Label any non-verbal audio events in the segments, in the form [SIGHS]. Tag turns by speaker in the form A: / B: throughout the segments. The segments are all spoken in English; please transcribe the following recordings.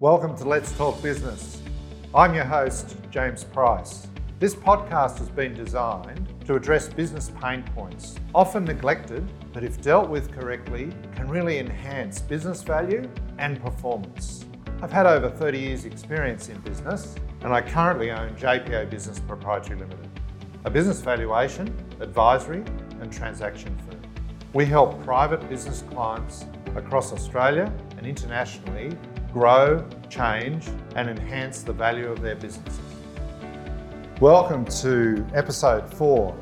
A: Welcome to Let's Talk Business. I'm your host, James Price. This podcast has been designed to address business pain points, often neglected, but if dealt with correctly, can really enhance business value and performance. I've had over 30 years' experience in business, and I currently own JPO Business Proprietary Limited, a business valuation, advisory, and transaction firm. We help private business clients across Australia and internationally grow, change, and enhance the value of their businesses. Welcome to episode four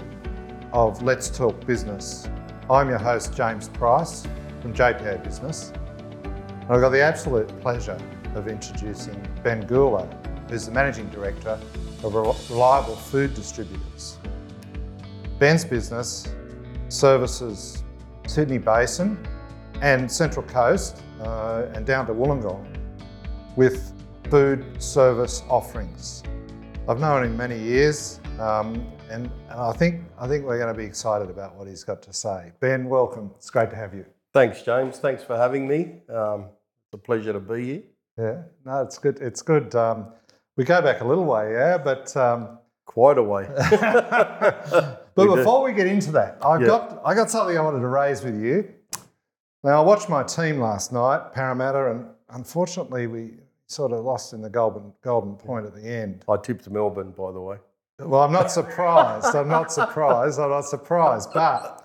A: of Let's Talk Business. I'm your host, James Price from JPA Business. And I've got the absolute pleasure of introducing Ben Gula, who's the managing director of Reliable Food Distributors. Ben's business services Sydney Basin and Central Coast uh, and down to Wollongong with food service offerings. I've known him many years, um, and, and I think I think we're going to be excited about what he's got to say. Ben, welcome. It's great to have you.
B: Thanks, James. Thanks for having me. Um, it's a pleasure to be here.
A: Yeah, no, it's good. It's good. Um, we go back a little way, yeah, but um,
B: Quite
A: [LAUGHS]
B: a way.
A: but
B: We do.
A: before we get into that, I
B: Yeah.
A: got I got something I wanted to raise with you. Now I watched my team last night, Parramatta, and unfortunately we sort of lost in the golden golden point at the end.
B: I tipped Melbourne, by the way.
A: Well, I'm
B: [LAUGHS]
A: not surprised. I'm not surprised. I'm not surprised. But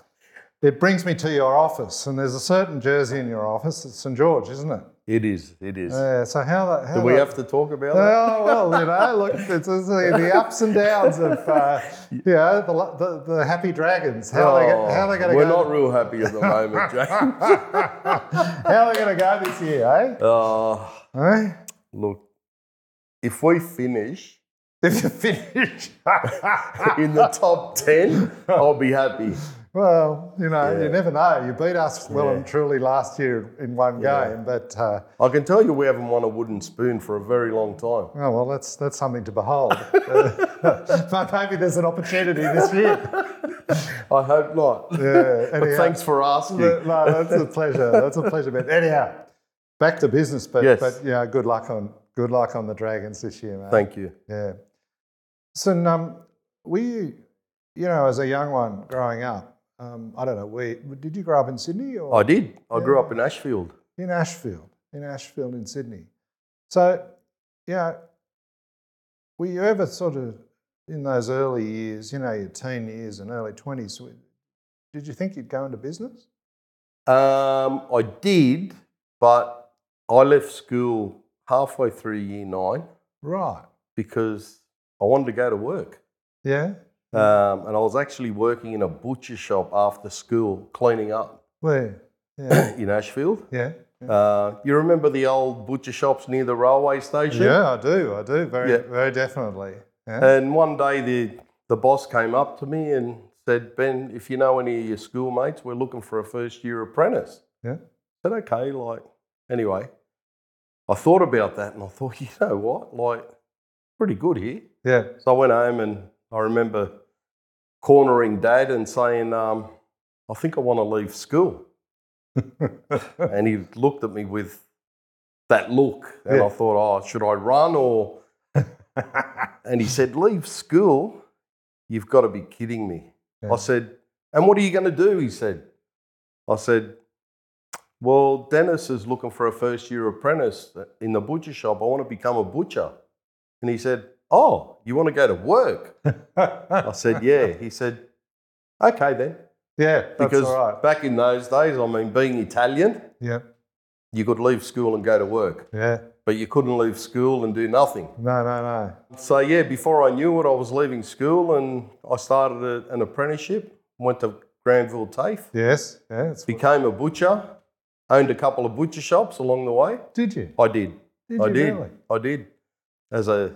A: it brings me to your office, and there's a certain jersey in your office. It's St George, isn't it?
B: It is. It is.
A: Yeah. So how the how
B: Do we
A: the-
B: have to talk about that?
A: [LAUGHS] Oh well, you know, look, it's, it's the the ups and downs of
B: [LAUGHS]
A: uh, you know the, lo- the the happy dragons. How they
B: Oh,
A: go- how they going to
B: We're
A: go?
B: not real happy at the
A: [LAUGHS]
B: moment, James.
A: how they going to go this year, eh?
B: Uh,
A: Eh? [LAUGHS]
B: look, if we finish [LAUGHS]
A: If you finish, [LAUGHS]
B: in the top 10, I'll be happy.
A: well, you know, you
B: Yeah.
A: never know. You beat us well
B: Yeah.
A: and truly last year in one game, but. Uh,
B: I can tell you we haven't won a wooden spoon for a very long time.
A: Oh well, that's that's something to
B: [LAUGHS]
A: behold. Uh, [LAUGHS] maybe there's an opportunity this
B: [LAUGHS]
A: year.
B: I hope not.
A: Yeah, anyhow.
B: but thanks for asking.
A: No, that's a pleasure. That's a pleasure. But anyhow, back to business. But
B: Yes.
A: but yeah, good luck on good luck on the Dragons this year, mate.
B: Thank you.
A: Yeah. So um, were you, you know, as a young one growing up, um, I don't know, where, did you grow up in Sydney or
B: I did. I grew up in Ashfield.
A: in Ashfield, in Ashfield in Sydney. So, you know, were you ever sort of in those early years, you know, your teen years and early 20s, w- did you think you'd go into business?
B: Um, I did, but I left school halfway through year nine
A: Right.
B: because I wanted to go to work.
A: Yeah.
B: Um, and I was actually working in a butcher shop after school, cleaning up [CLEARS THROAT]
A: Where?
B: [COUGHS]
A: Yeah.
B: in Ashfield.
A: yeah.
B: Uh, you remember the old butcher shops near the railway station?
A: Yeah, I do. I do. Very,
B: Yeah.
A: very definitely. Yeah.
B: And one day the, the boss came up to me and said, Ben, if you know any of your schoolmates, we're looking for a first year apprentice.
A: Yeah.
B: I said, okay, like, anyway, I thought about that and I thought, [LAUGHS] you know what, like, pretty good here.
A: yeah.
B: So I went home and I remember cornering dad and saying, um, I think I want to
A: [LAUGHS]
B: leave school. and he looked at me with that look. And
A: Yeah.
B: I thought, oh, should I run or. and he said, leave school? You've got to be kidding me.
A: Yeah.
B: I said, and what are you going to do? He said, I said, well, Dennis is looking for a first year apprentice in the butcher shop. I want to become a butcher. And he said, Oh, you want to go to work?
A: [LAUGHS]
B: I said, Yeah. He said, Okay then.
A: yeah. That's
B: Because
A: all right.
B: back in those days, I mean, being Italian,
A: Yeah.
B: you could leave school and go to work,
A: Yeah.
B: but you couldn't leave school and do nothing.
A: No, no, no.
B: So, yeah, before I knew it, I was leaving school and I started a, an apprenticeship, went to Granville TAFE,
A: Yes. Yeah. It's,
B: became a butcher, owned a couple of butcher shops along the way.
A: did you?
B: I did.
A: Did
B: I
A: you
B: did.
A: really?
B: I did. As a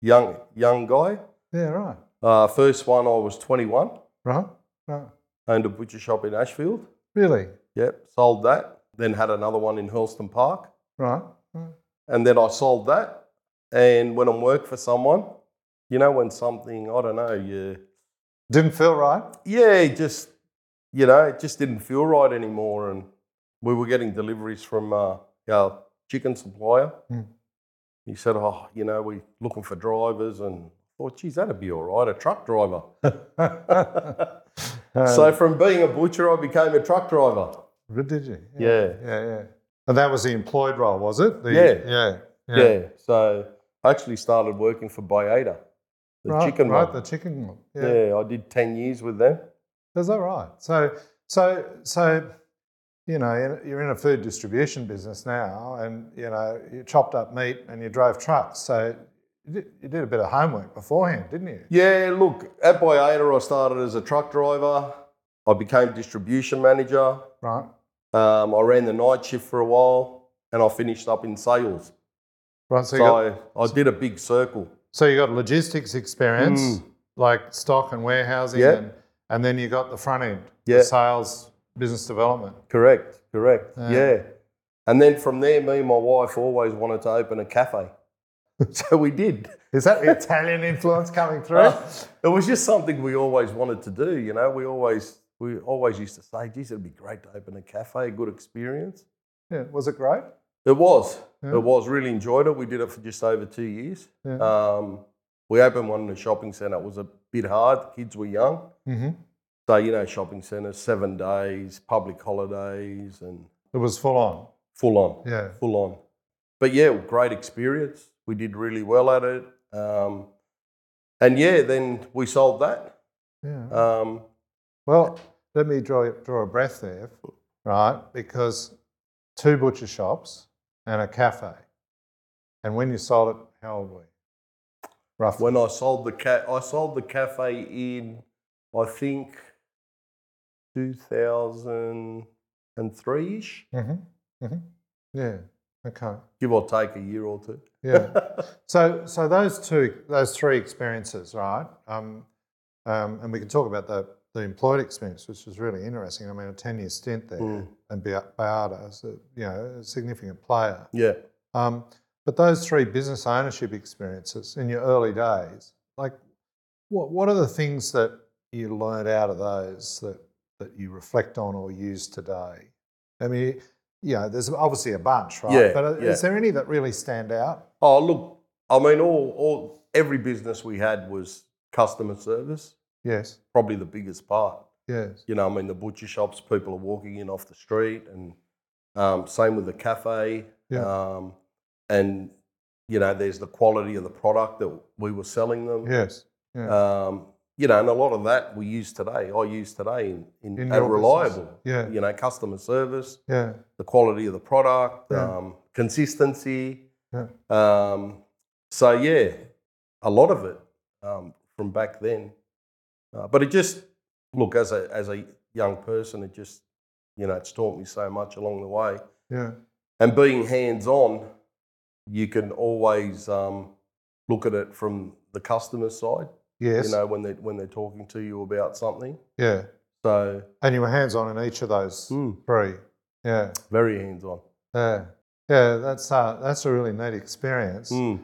B: young young guy,
A: Yeah. Right.
B: uh, first one I was 21,
A: Right. Right.
B: owned a butcher shop in Ashfield.
A: Really.
B: Yep, sold that. Then had another one in Hurlston Park,
A: Right. right.
B: and then I sold that. And when I'm work for someone, you know, when something I don't know, you
A: Didn't feel right.
B: [LAUGHS] yeah, it just you know, it just didn't feel right anymore. And we were getting deliveries from uh, our chicken supplier.
A: Mm.
B: He said, Oh, you know, we're looking for drivers. And I thought, geez, that'd be all right, a truck driver.
A: Uh,
B: so from being a butcher, I became a truck driver.
A: But did you?
B: Yeah.
A: Yeah, yeah. And that was the employed role, was it? The-
B: Yeah.
A: Yeah.
B: Yeah. So I actually started working for Bayada, the
A: right,
B: chicken
A: Right,
B: one.
A: the chicken one. Yeah.
B: yeah. I did 10 years with them.
A: Is that right? So, so, so, you know, in- you're in a food distribution business now, and you know, you chopped up meat and you drove trucks. So, you did, you did a bit of homework beforehand, didn't you?
B: Yeah, look, at Bayada, I started as a truck driver. I became distribution manager.
A: Right.
B: Um, I ran the night shift for a while and I finished up in sales.
A: Right. So,
B: So,
A: you got,
B: I, I did a big circle.
A: so you got logistics experience, like stock and warehousing,
B: Hmm. Yeah.
A: and, and then you got the front end,
B: Yeah.
A: the sales, business development.
B: Correct, correct.
A: Yeah.
B: Yeah. And then from there, me and my wife always wanted to open a cafe. [LAUGHS] so we did.
A: Is that the Italian influence coming
B: [LAUGHS]
A: through?
B: It was just something we always wanted to do, you know. We always we always used to say, geez, it'd be great to open a cafe, a good experience.
A: Yeah. Was it great?
B: It was.
A: Yeah.
B: It was. Really enjoyed it. We did it for just over two years.
A: Yeah.
B: Um, we opened one in a shopping centre. It was a bit hard. The kids were young.
A: Mm-hmm.
B: So, you know, shopping centres, seven days, public holidays, and
A: It was full on.
B: full on.
A: Yeah.
B: full on. But yeah, great experience. We did really well at it. Um, and yeah, then we sold that.
A: Yeah.
B: Um,
A: Well, let me draw draw a breath there, right? Because two butcher shops and a cafe, and when you sold it, how old were you? Roughly.
B: when I sold the cat, I sold the cafe in, I think, 2003 ish,
A: Mm-hmm. Mm-hmm. Yeah. Okay.
B: give or take a year or two.
A: Yeah. So, so those two, those three experiences, right? Um, um, and we can talk about the, the employed experience, which is really interesting. I mean, a ten-year stint there,
B: [LAUGHS] Mm.
A: and Ba- Bayarda, is a, you know, a significant player.
B: Yeah.
A: Um, but those three business ownership experiences in your early days, like, what what are the things that you learned out of those that that you reflect on or use today? I mean, you know, there's obviously a bunch, right?
B: Yeah,
A: but uh,
B: yeah.
A: is there any that really stand out?
B: Oh, look, I mean, all, all, every business we had was customer service,
A: Yes.
B: probably the biggest part.
A: Yes.
B: you know, I mean, the butcher shops, people are walking in off the street, and um, same with the cafe.
A: Yeah.
B: Um, and, you know, there's the quality of the product that we were selling them.
A: Yes.
B: Um, you know, and a lot of that we use today, I use today in, in,
A: In
B: at
A: your
B: Reliable.
A: business. Yeah.
B: You know, customer service,
A: Yeah.
B: the quality of the product,
A: Yeah.
B: um, consistency.
A: Yeah.
B: Um, so, yeah, a lot of it um, from back then. Uh, but it just, look, as a, as a young person, it just, you know, it's taught me so much along the way.
A: Yeah.
B: And being hands on, you can always um, look at it from the customer side,
A: Yes.
B: you know, when, they, when they're talking to you about something.
A: yeah.
B: So,
A: And you were hands on in each of those
B: Hmm.
A: three. Yeah.
B: very hands on.
A: Yeah. Yeah. That's uh, that's a really neat experience.
B: Hmm.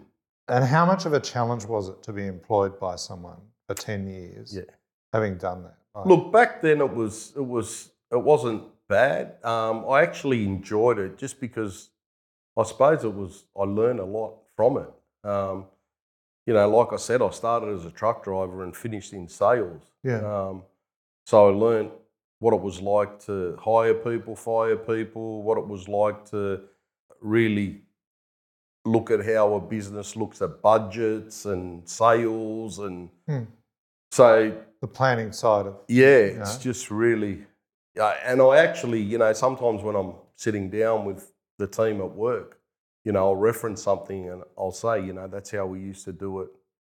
A: And how much of a challenge was it to be employed by someone for 10 years?
B: Yeah.
A: Having done that. Like,
B: Look, back then it was it was it wasn't bad. Um, I actually enjoyed it just because I suppose it was I learned a lot from it. Um, you know, like I said, I started as a truck driver and finished in sales.
A: Yeah.
B: Um, so I learned what it was like to hire people, fire people, what it was like to really look at how a business looks at budgets and sales and
A: Hmm.
B: so
A: The planning side of
B: yeah, it's
A: Yeah.
B: just really. Uh, and I actually, you know, sometimes when I'm sitting down with the team at work, you know, I'll reference something and I'll say, you know, that's how we used to do it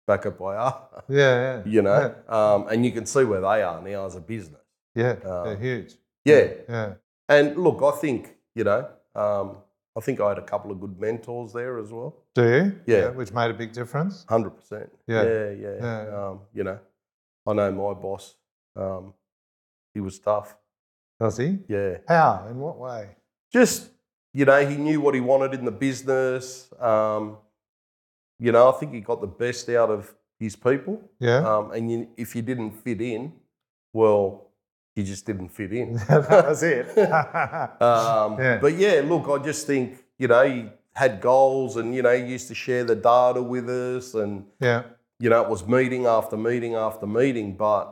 B: back at Bayard,
A: Yeah. Yeah.
B: [LAUGHS] you know, um, and you can see where they are now as a business.
A: Yeah.
B: Uh,
A: they're huge.
B: Yeah.
A: Yeah.
B: And look, I think, you know, um, I think I had a couple of good mentors there as well.
A: Do you?
B: Yeah.
A: Which made a big difference.
B: 100%.
A: Yeah.
B: Yeah. Yeah.
A: Yeah.
B: Um, you know, I know my boss, um, he was tough.
A: Does he?
B: Yeah.
A: How? In what way?
B: just you know he knew what he wanted in the business um, you know i think he got the best out of his people
A: Yeah.
B: um, and you, if you didn't fit in well you just didn't fit
A: [LAUGHS]
B: in [LAUGHS]
A: that was it.
B: um,
A: Yeah.
B: but yeah look i just think you know he had goals and, you know, used to share the data with us and,
A: [LAUGHS] Yeah.
B: you know, it was meeting after meeting after meeting, but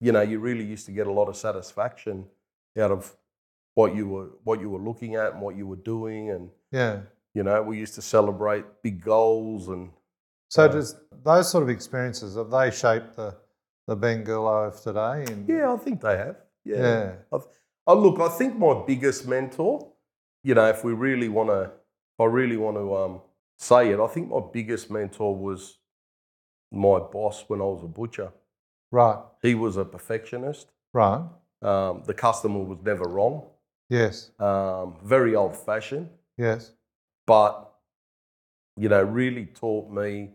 B: you know, you really used to get a lot of satisfaction out of what you were what you were looking at and what you were doing and
A: Yeah.
B: you know, we used to celebrate big goals and
A: So
B: Uh,
A: does those sort of experiences have they shaped the the Bengulo of today? In,
B: yeah, I think they have. Yeah.
A: Yeah.
B: Oh look, I think my biggest mentor, you know, if we really wanna if I really wanna um say it, I think my biggest mentor was my boss when I was a butcher.
A: Right.
B: He was a perfectionist.
A: Right.
B: Um, the customer was never wrong.
A: Yes.
B: um, very old fashioned,
A: Yes.
B: but you know, really taught me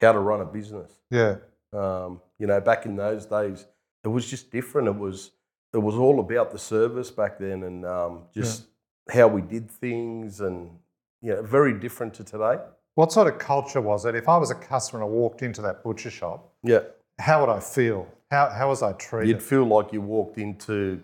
B: how to run a business.
A: Yeah.
B: Um, you know, back in those days, it was just different. It was it was all about the service back then, and um,
A: Yeah.
B: just how we did things, and you know, very different to today.
A: What sort of culture was it? If I was a customer and I walked into that butcher shop,
B: Yeah,
A: how would I feel? How how was I treated?
B: you'd feel like you walked into,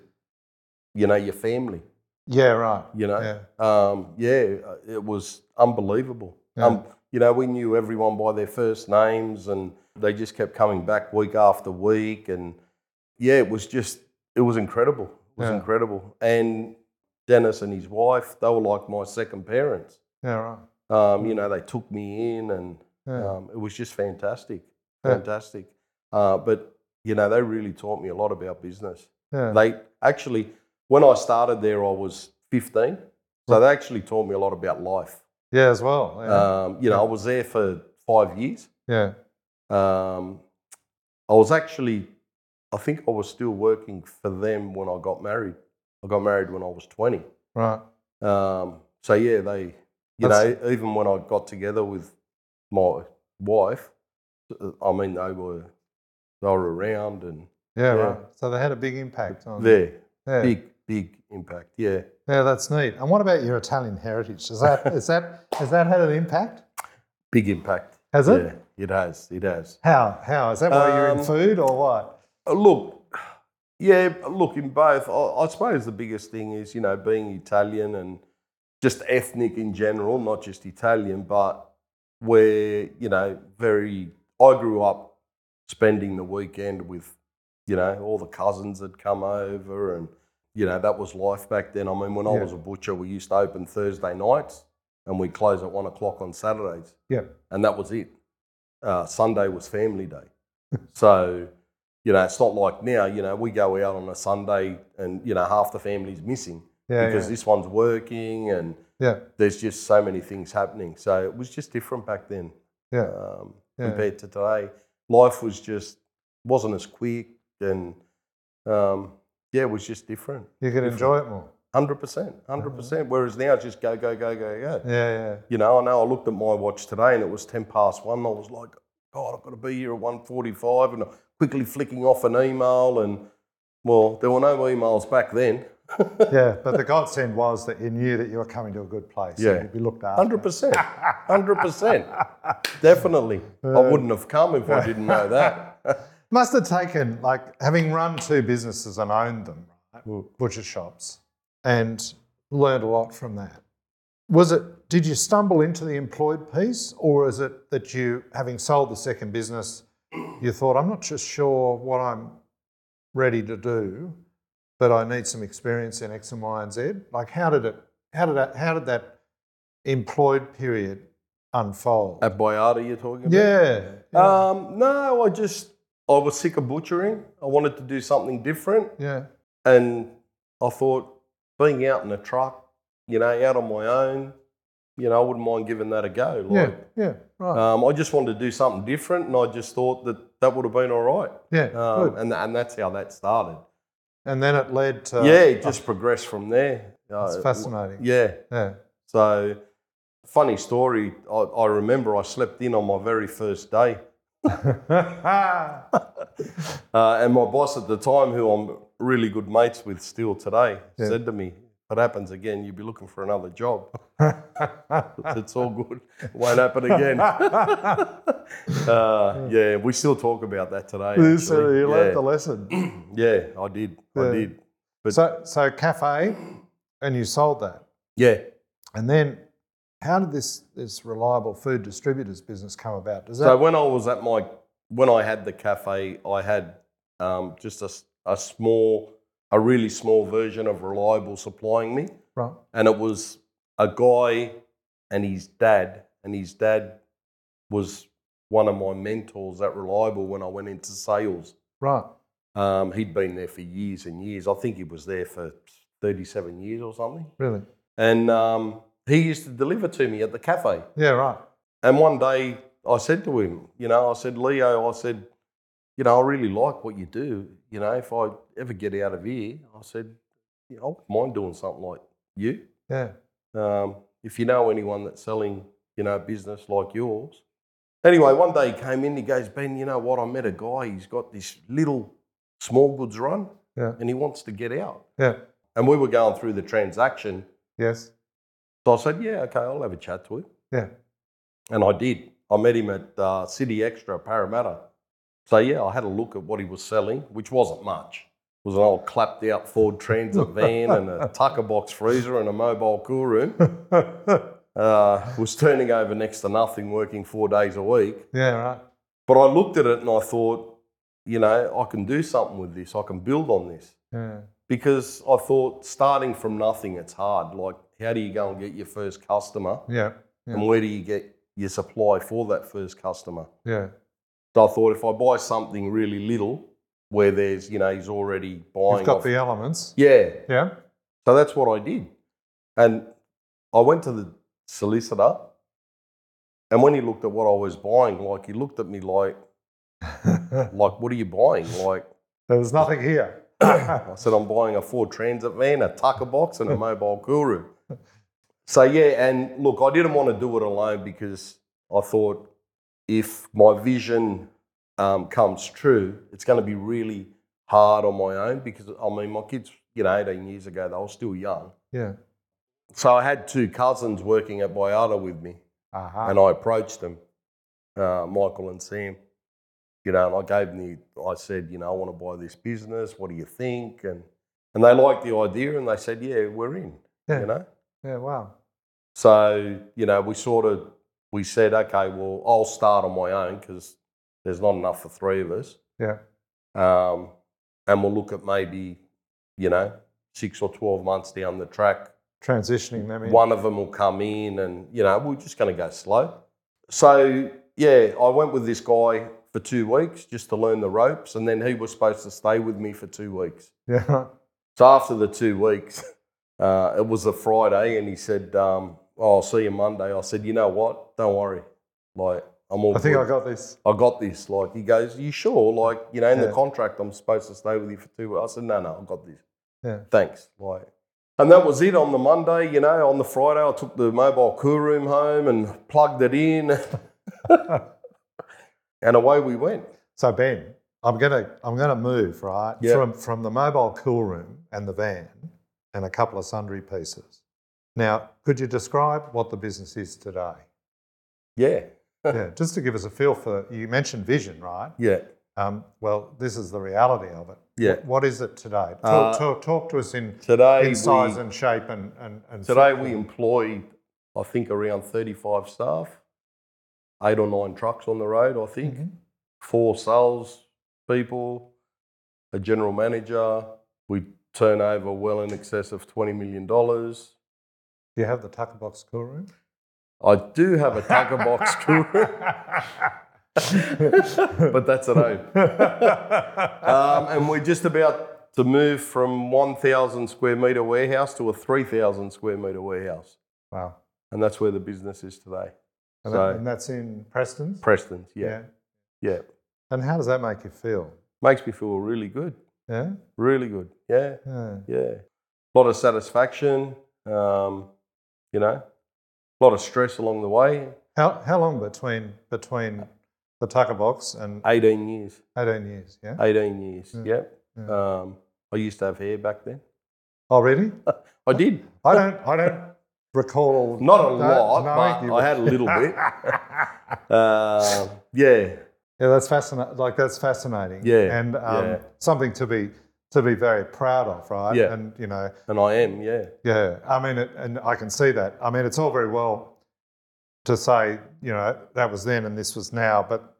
B: you know, your family.
A: yeah. Right.
B: You know,
A: Yeah.
B: um, yeah, uh, it was unbelievable.
A: Yeah.
B: Um, you know, we knew everyone by their first names, and they just kept coming back week after week, and yeah, it was just it was incredible. It was
A: Yeah.
B: incredible. And Dennis and his wife, they were like my second parents.
A: Yeah. Right.
B: Um, you know, they took me in, and
A: Mm. Yeah.
B: um, it was just fantastic,
A: Yeah.
B: fantastic. Uh, but you know, they really taught me a lot about business.
A: yeah.
B: They actually, when I started there, I was 15. So they actually taught me a lot about life.
A: yeah. As well. Yeah.
B: Um, you know, I was there for five years.
A: yeah.
B: Um, I was actually, I think I was still working for them when I got married. I got married when I was 20.
A: Right.
B: Um, so yeah, they, you
A: That's-
B: know, even when I got together with my wife, uh, I mean, they were, they were around and
A: Yeah,
B: Yeah.
A: Right. So they had a big impact on.
B: there,
A: Oh, Yeah.
B: big, big impact. Yeah.
A: Yeah, that's neat. And what about your Italian heritage? Does that is that has that had an impact?
B: Big impact.
A: Has it?
B: Yeah, it has. It has.
A: How? How? Is that why you're in
B: Um,
A: food or what?
B: Uh, Look, yeah, look, in both, I, I suppose the biggest thing is, you know, being Italian and just ethnic in general, not just Italian, but we're, you know, very, I grew up spending the weekend with, you know, all the cousins that come over and, you know, that was life back then. I mean, when I
A: Yeah.
B: was a butcher, we used to open Thursday nights and we close at one o'clock on Saturdays
A: Yeah.
B: and that was it. Uh, Sunday was family day. so, you know, it's not like now, you know, we go out on a Sunday and, you know, half the family's missing
A: Yeah.
B: because
A: Yeah.
B: this one's working and
A: yeah.
B: there's just so many things happening. So it was just different back then
A: Yeah.
B: um,
A: Yeah.
B: compared to today. Life was just, wasn't as quick and, um, yeah, it was just different.
A: You could enjoy it more.
B: 100%,
A: Mm-hmm.
B: 100%. Whereas now it's just go, go, go, go, go. [LAUGHS]
A: Yeah.
B: You know, I know I looked at my watch today and it was 10 past one. I was like, God, I've got to be here at 1.45 and quickly flicking off an email. And, well, there were no emails back then.
A: Yeah. Yeah. But the godsend was that you knew that you were coming to a good place.
B: Yeah.
A: You'd be looked after.
B: 100%. 100%. Definitely. I wouldn't have come if I didn't
A: [LAUGHS]
B: know that.
A: Must have taken like having run two businesses and owned them, right? butcher shops, and learned a lot from that. Was it? Did you stumble into the employed piece, or is it that you, having sold the second business, you thought, "I'm not just sure what I'm ready to do, but I need some experience in X and Y and Z." Like, how did it? How did that? How did that employed period unfold?
B: at Boyardi, you're talking about?
A: yeah. Yeah.
B: Um, no, I just, I was sick of butchering. I wanted to do something different.
A: yeah.
B: And I thought, being out in a truck, you know, out on my own, you know, I wouldn't mind giving that a go.
A: Yeah.
B: Like,
A: Yeah. Right.
B: um, I just wanted to do something different, and I just thought that that would have been all right.
A: yeah. good.
B: Um, and, and that's how that started.
A: And then it led to.
B: yeah, it just progressed from there. Uh,
A: It's uh, fascinating.
B: Yeah.
A: Yeah.
B: So, funny story. I, I remember I slept in on my very first day, [LAUGHS] uh, and my boss at the time, who I'm really good mates with still today,
A: Yeah.
B: said to me, "If it happens again, you'll be looking for another job." it's all good. Won't happen
A: [LAUGHS]
B: again. uh, yeah, we still talk about that today.
A: so
B: actually.
A: you learned the
B: yeah.
A: lesson.
B: yeah, I did.
A: Yeah.
B: I did. [CLEARS THROAT] But-
A: so, so cafe, and you sold that,
B: Yeah.
A: and then How did this, this reliable food distributors business come about? Does that,
B: So when I was at my when I had the cafe, I had um, just a, s- a small, a really small version of reliable supplying me,
A: right?
B: and it was a guy and his dad, and his dad was one of my mentors at Reliable when I went into sales.
A: Right.
B: Um, he'd been there for years and years. I think he was there for 37 years or something.
A: Really?
B: And um, he used to deliver to me at the cafe.
A: Yeah, right.
B: And one day I said to him, you know, I said, Leo, I said, you know, I really like what you do. You know, if I ever get out of here, I said, you know, I wouldn't mind doing something like you.
A: Yeah.
B: Um, if you know anyone that's selling, you know, a business like yours. Anyway, one day he came in, he goes, Ben, you know what? I met a guy, he's got this little small goods run
A: Yeah.
B: and he wants to get out.
A: Yeah.
B: And we were going through the transaction.
A: Yes.
B: So I said, yeah, okay, I'll have a chat to him.
A: Yeah.
B: And I did. I met him at uh, City Extra, Parramatta. So yeah, I had a look at what he was selling, which wasn't much. It was an old clapped out Ford Transit van and a tucker box freezer and a mobile cool room.
A: yeah,
B: Uh, was turning over next to nothing, working four days a week.
A: right.
B: But I looked at it and I thought, you know, I can do something with this. I can build on this
A: Yeah.
B: because I thought starting from nothing, it's hard. Like, how do you go and get your first customer?
A: Yeah. Yeah.
B: and where do you get your supply for that first customer?
A: Yeah.
B: So I thought if I buy something really little, where there's you know he's already buying,
A: You've got
B: off-
A: the elements.
B: yeah.
A: Yeah.
B: So that's what I did, and I went to the solicitor, and when he looked at what I was buying, like he looked at me like
A: [LAUGHS] there
B: like what are you buying? Like
A: was nothing
B: [COUGHS]
A: here. [COUGHS] yeah.
B: I said I'm buying a Ford Transit van, a Tucker box, and a mobile cool room. So yeah, and look, I didn't want to do it alone because I thought if my vision um, comes true, it's going to be really hard on my own because I mean my kids, you know, 18 years ago, they were still young. So I had two cousins working at Biata with me,
A: Uh-huh.
B: and I approached them, uh, Michael and Sam. You know, and I gave them the, I said, you know, I want to buy this business. What do you think? And and they liked the idea, and they said, yeah, we're in.
A: Yeah.
B: You know.
A: yeah. Wow.
B: So, you know, we sort of we said, okay, well, I'll start on my own because there's not enough for three of us.
A: Yeah.
B: Um, and we'll look at maybe, you know, six or twelve months down the track.
A: Transitioning them in.
B: One of them will come in, and you know, we're just going to go slow. So, yeah, I went with this guy for two weeks just to learn the ropes, and then he was supposed to stay with me for two weeks.
A: [LAUGHS] Yeah. right.
B: So after the two weeks, [LAUGHS] uh, it was a Friday, and he said, um, oh, "I'll see you Monday." I said, "You know what? Don't worry. Like I'm all.
A: I think
B: good.
A: I got this.
B: I got this." Like he goes, "You sure? Like you know, in the
A: Yeah.
B: contract, I'm supposed to stay with you for two weeks." I said, "No, no, I got this.
A: Yeah.
B: Thanks." Like. And that was it on the Monday, you know. On the Friday, I took the mobile cool room home and plugged it
A: [LAUGHS]
B: in, and away we went.
A: So Ben, I'm gonna I'm gonna move right
B: Yeah.
A: from from the mobile cool room and the van and a couple of sundry pieces. Now, could you describe what the business is
B: [LAUGHS]
A: today?
B: Yeah,
A: yeah, just to give us a feel for you mentioned vision, right?
B: yeah,
A: Um, well, this is the reality of it.
B: yeah.
A: What is it today? Talk,
B: Uh,
A: talk, talk to us in,
B: Today
A: in size
B: we,
A: and shape and, and, and
B: Today we employ, I think, around 35 staff, eight or nine trucks on the road, I think,
A: Mhm.
B: four sales people, a general manager. We turn over well in excess of $20 million.
A: Do you have the Tucker Box cool room? [LAUGHS]
B: I do have a tucker box crew, [LAUGHS] but that's an [LAUGHS] O. Um, and we're just about to move from 1,000 square metre warehouse to a 3,000 square metre warehouse.
A: wow.
B: And that's where the business is today.
A: And,
B: So-
A: that- and that's in Preston's?
B: Preston's, yeah. yeah.
A: And how does that make you feel?
B: Makes me feel really good.
A: Yeah.
B: Really good. Yeah,
A: Yeah.
B: yeah. A lot of satisfaction, um, you know, a lot of stress along the way.
A: How, how long between between the Tucker Box and
B: 18 years.
A: 18 years? Yeah.
B: 18 years.
A: Mm.
B: Yep.
A: Mm.
B: Um, I used to have hair back then.
A: Oh, really?
B: I did.
A: I don't. I don't recall.
B: Not a
A: No,
B: lot,
A: no,
B: but
A: you-
B: I had a little bit. Um yeah,
A: [LAUGHS] Yeah, that's fascinating. Like that's fascinating.
B: Yeah,
A: and um,
B: yeah.
A: something to be to be very proud of, right?
B: Yeah.
A: and you know,
B: and I am, yeah.
A: yeah. I mean, it, and I can see that. I mean, it's all very well to say, you know, that was then and this was now, but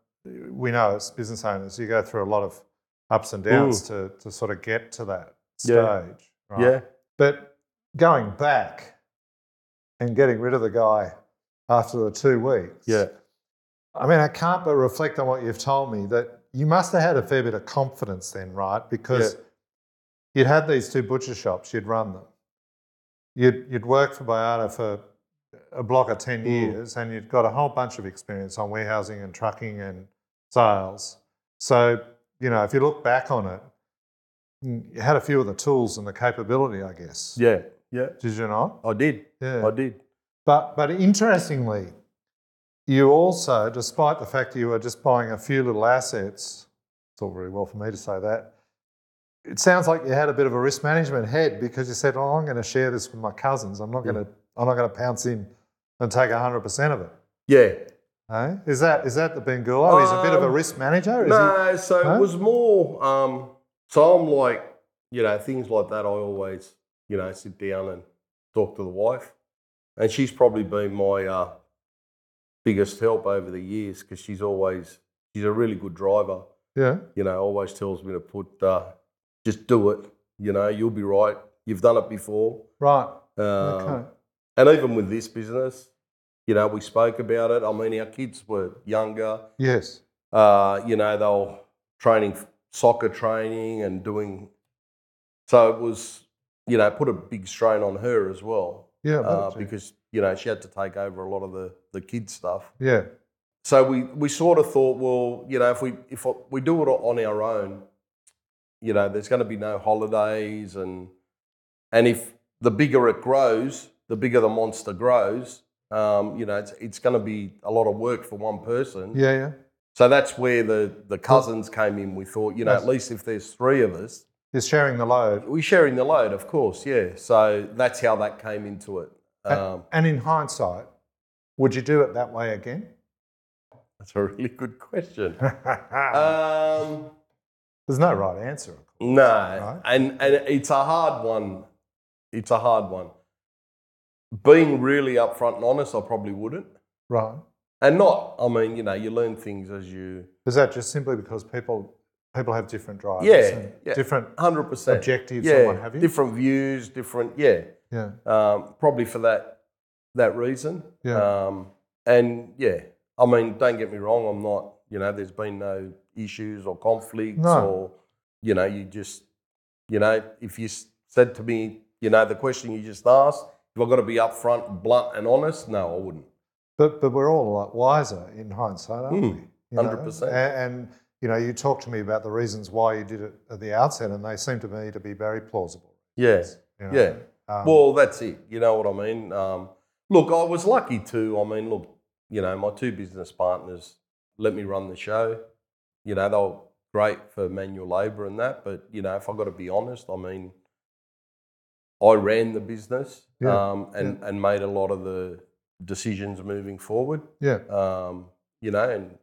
A: we know as business owners, you go through a lot of ups and downs to, to sort of get to that stage.
B: Yeah.
A: Right?
B: Yeah.
A: But going back and getting rid of the guy after the two weeks.
B: Yeah.
A: I mean, I can't but reflect on what you've told me that you must have had a fair bit of confidence then, right? Because you'd had these two butcher shops, you'd run them. You'd, you'd worked for Bayardo for a block of 10
B: Mm.
A: years and you'd got a whole bunch of experience on warehousing and trucking and sales. So, you know, if you look back on it, mm, you had a few of the tools and the capability, I guess.
B: Yeah. Yeah.
A: Did you not?
B: I did.
A: Yeah.
B: I did.
A: But but interestingly, you also, despite the fact that you were just buying a few little assets, it's all very well for me to say that. It sounds like you had a bit of a risk management head because you said, "Oh, I'm going to share this with my cousins. I'm not
B: Yeah.
A: going to I'm not going to pounce in and take 100 percent of it."
B: Yeah.
A: Eh? Is that is that the Bengulo? He's a bit of a
B: Um,
A: risk manager. Is he?
B: No, so
A: Huh?
B: it was more. Um, so I'm like, you know, things like that. I always, you know, sit down and talk to the wife, and she's probably been my uh, biggest help over the years because she's always she's a really good driver.
A: Yeah,
B: You know, always tells me to put uh, just do it. You know, you'll be right. You've done it before.
A: right.
B: Um,
A: okay.
B: And even with this business, you know, we spoke about it. I mean, our kids were younger
A: Yes.
B: uh, you know, they were training soccer training and doing. So it was, you know, put a big strain on her as well
A: Yeah.
B: uh,
A: but-
B: because you know she had to take over a lot of the the kids stuff.
A: yeah.
B: So we we sort of thought, well, you know, if we if we do it on our own, you know, there's going to be no holidays and and if the bigger it grows, the bigger the monster grows. Um, you know, it's it's going to be a lot of work for one person.
A: Yeah. Yeah.
B: So that's where the, the cousins came in. We thought, you know, at least if there's three of us,
A: He's sharing the load.
B: we're sharing the load, of course, yeah. So that's how that came into it. Um,
A: and in hindsight, would you do it that way again? [LAUGHS]
B: that's a really good question. Um,
A: There's no
B: Mm.
A: right answer.
B: no, and and it's a hard one. It's a hard one. Being really upfront and honest, I probably wouldn't.
A: Right.
B: And not, I mean, you know, you learn things as you,
A: Is that just simply because people people have different drivers
B: Yeah,
A: and
B: yeah.
A: different
B: hundred percent
A: objectives
B: yeah,
A: and what have you?
B: different views, different, yeah.
A: yeah.
B: um, probably for that that reason.
A: Yeah.
B: Um, and yeah, I mean, don't get me wrong. I'm not. You know, there's been no issues or conflicts
A: No.
B: or you know, you just you know, if you s- said to me, you know, the question you just asked, if I've got to be upfront, blunt, and honest, no, I wouldn't.
A: But but we're all a lot wiser in hindsight, aren't
B: Mm,
A: we? You know?
B: 100%.
A: A- And, you know, you talked to me about the reasons why you did it at the outset, and they seem to me to be very plausible.
B: Yeah.
A: you know?
B: Yeah.
A: Um,
B: Well, that's it. You know what I mean? Um, look, I was lucky too. I mean, look, you know, my two business partners let me run the show. You know, they were great for manual labour and that. But, you know, if I've got to be honest, I mean, I ran the business
A: Yeah.
B: um, and, and made a lot of the decisions moving forward,
A: yeah.
B: um, you know, and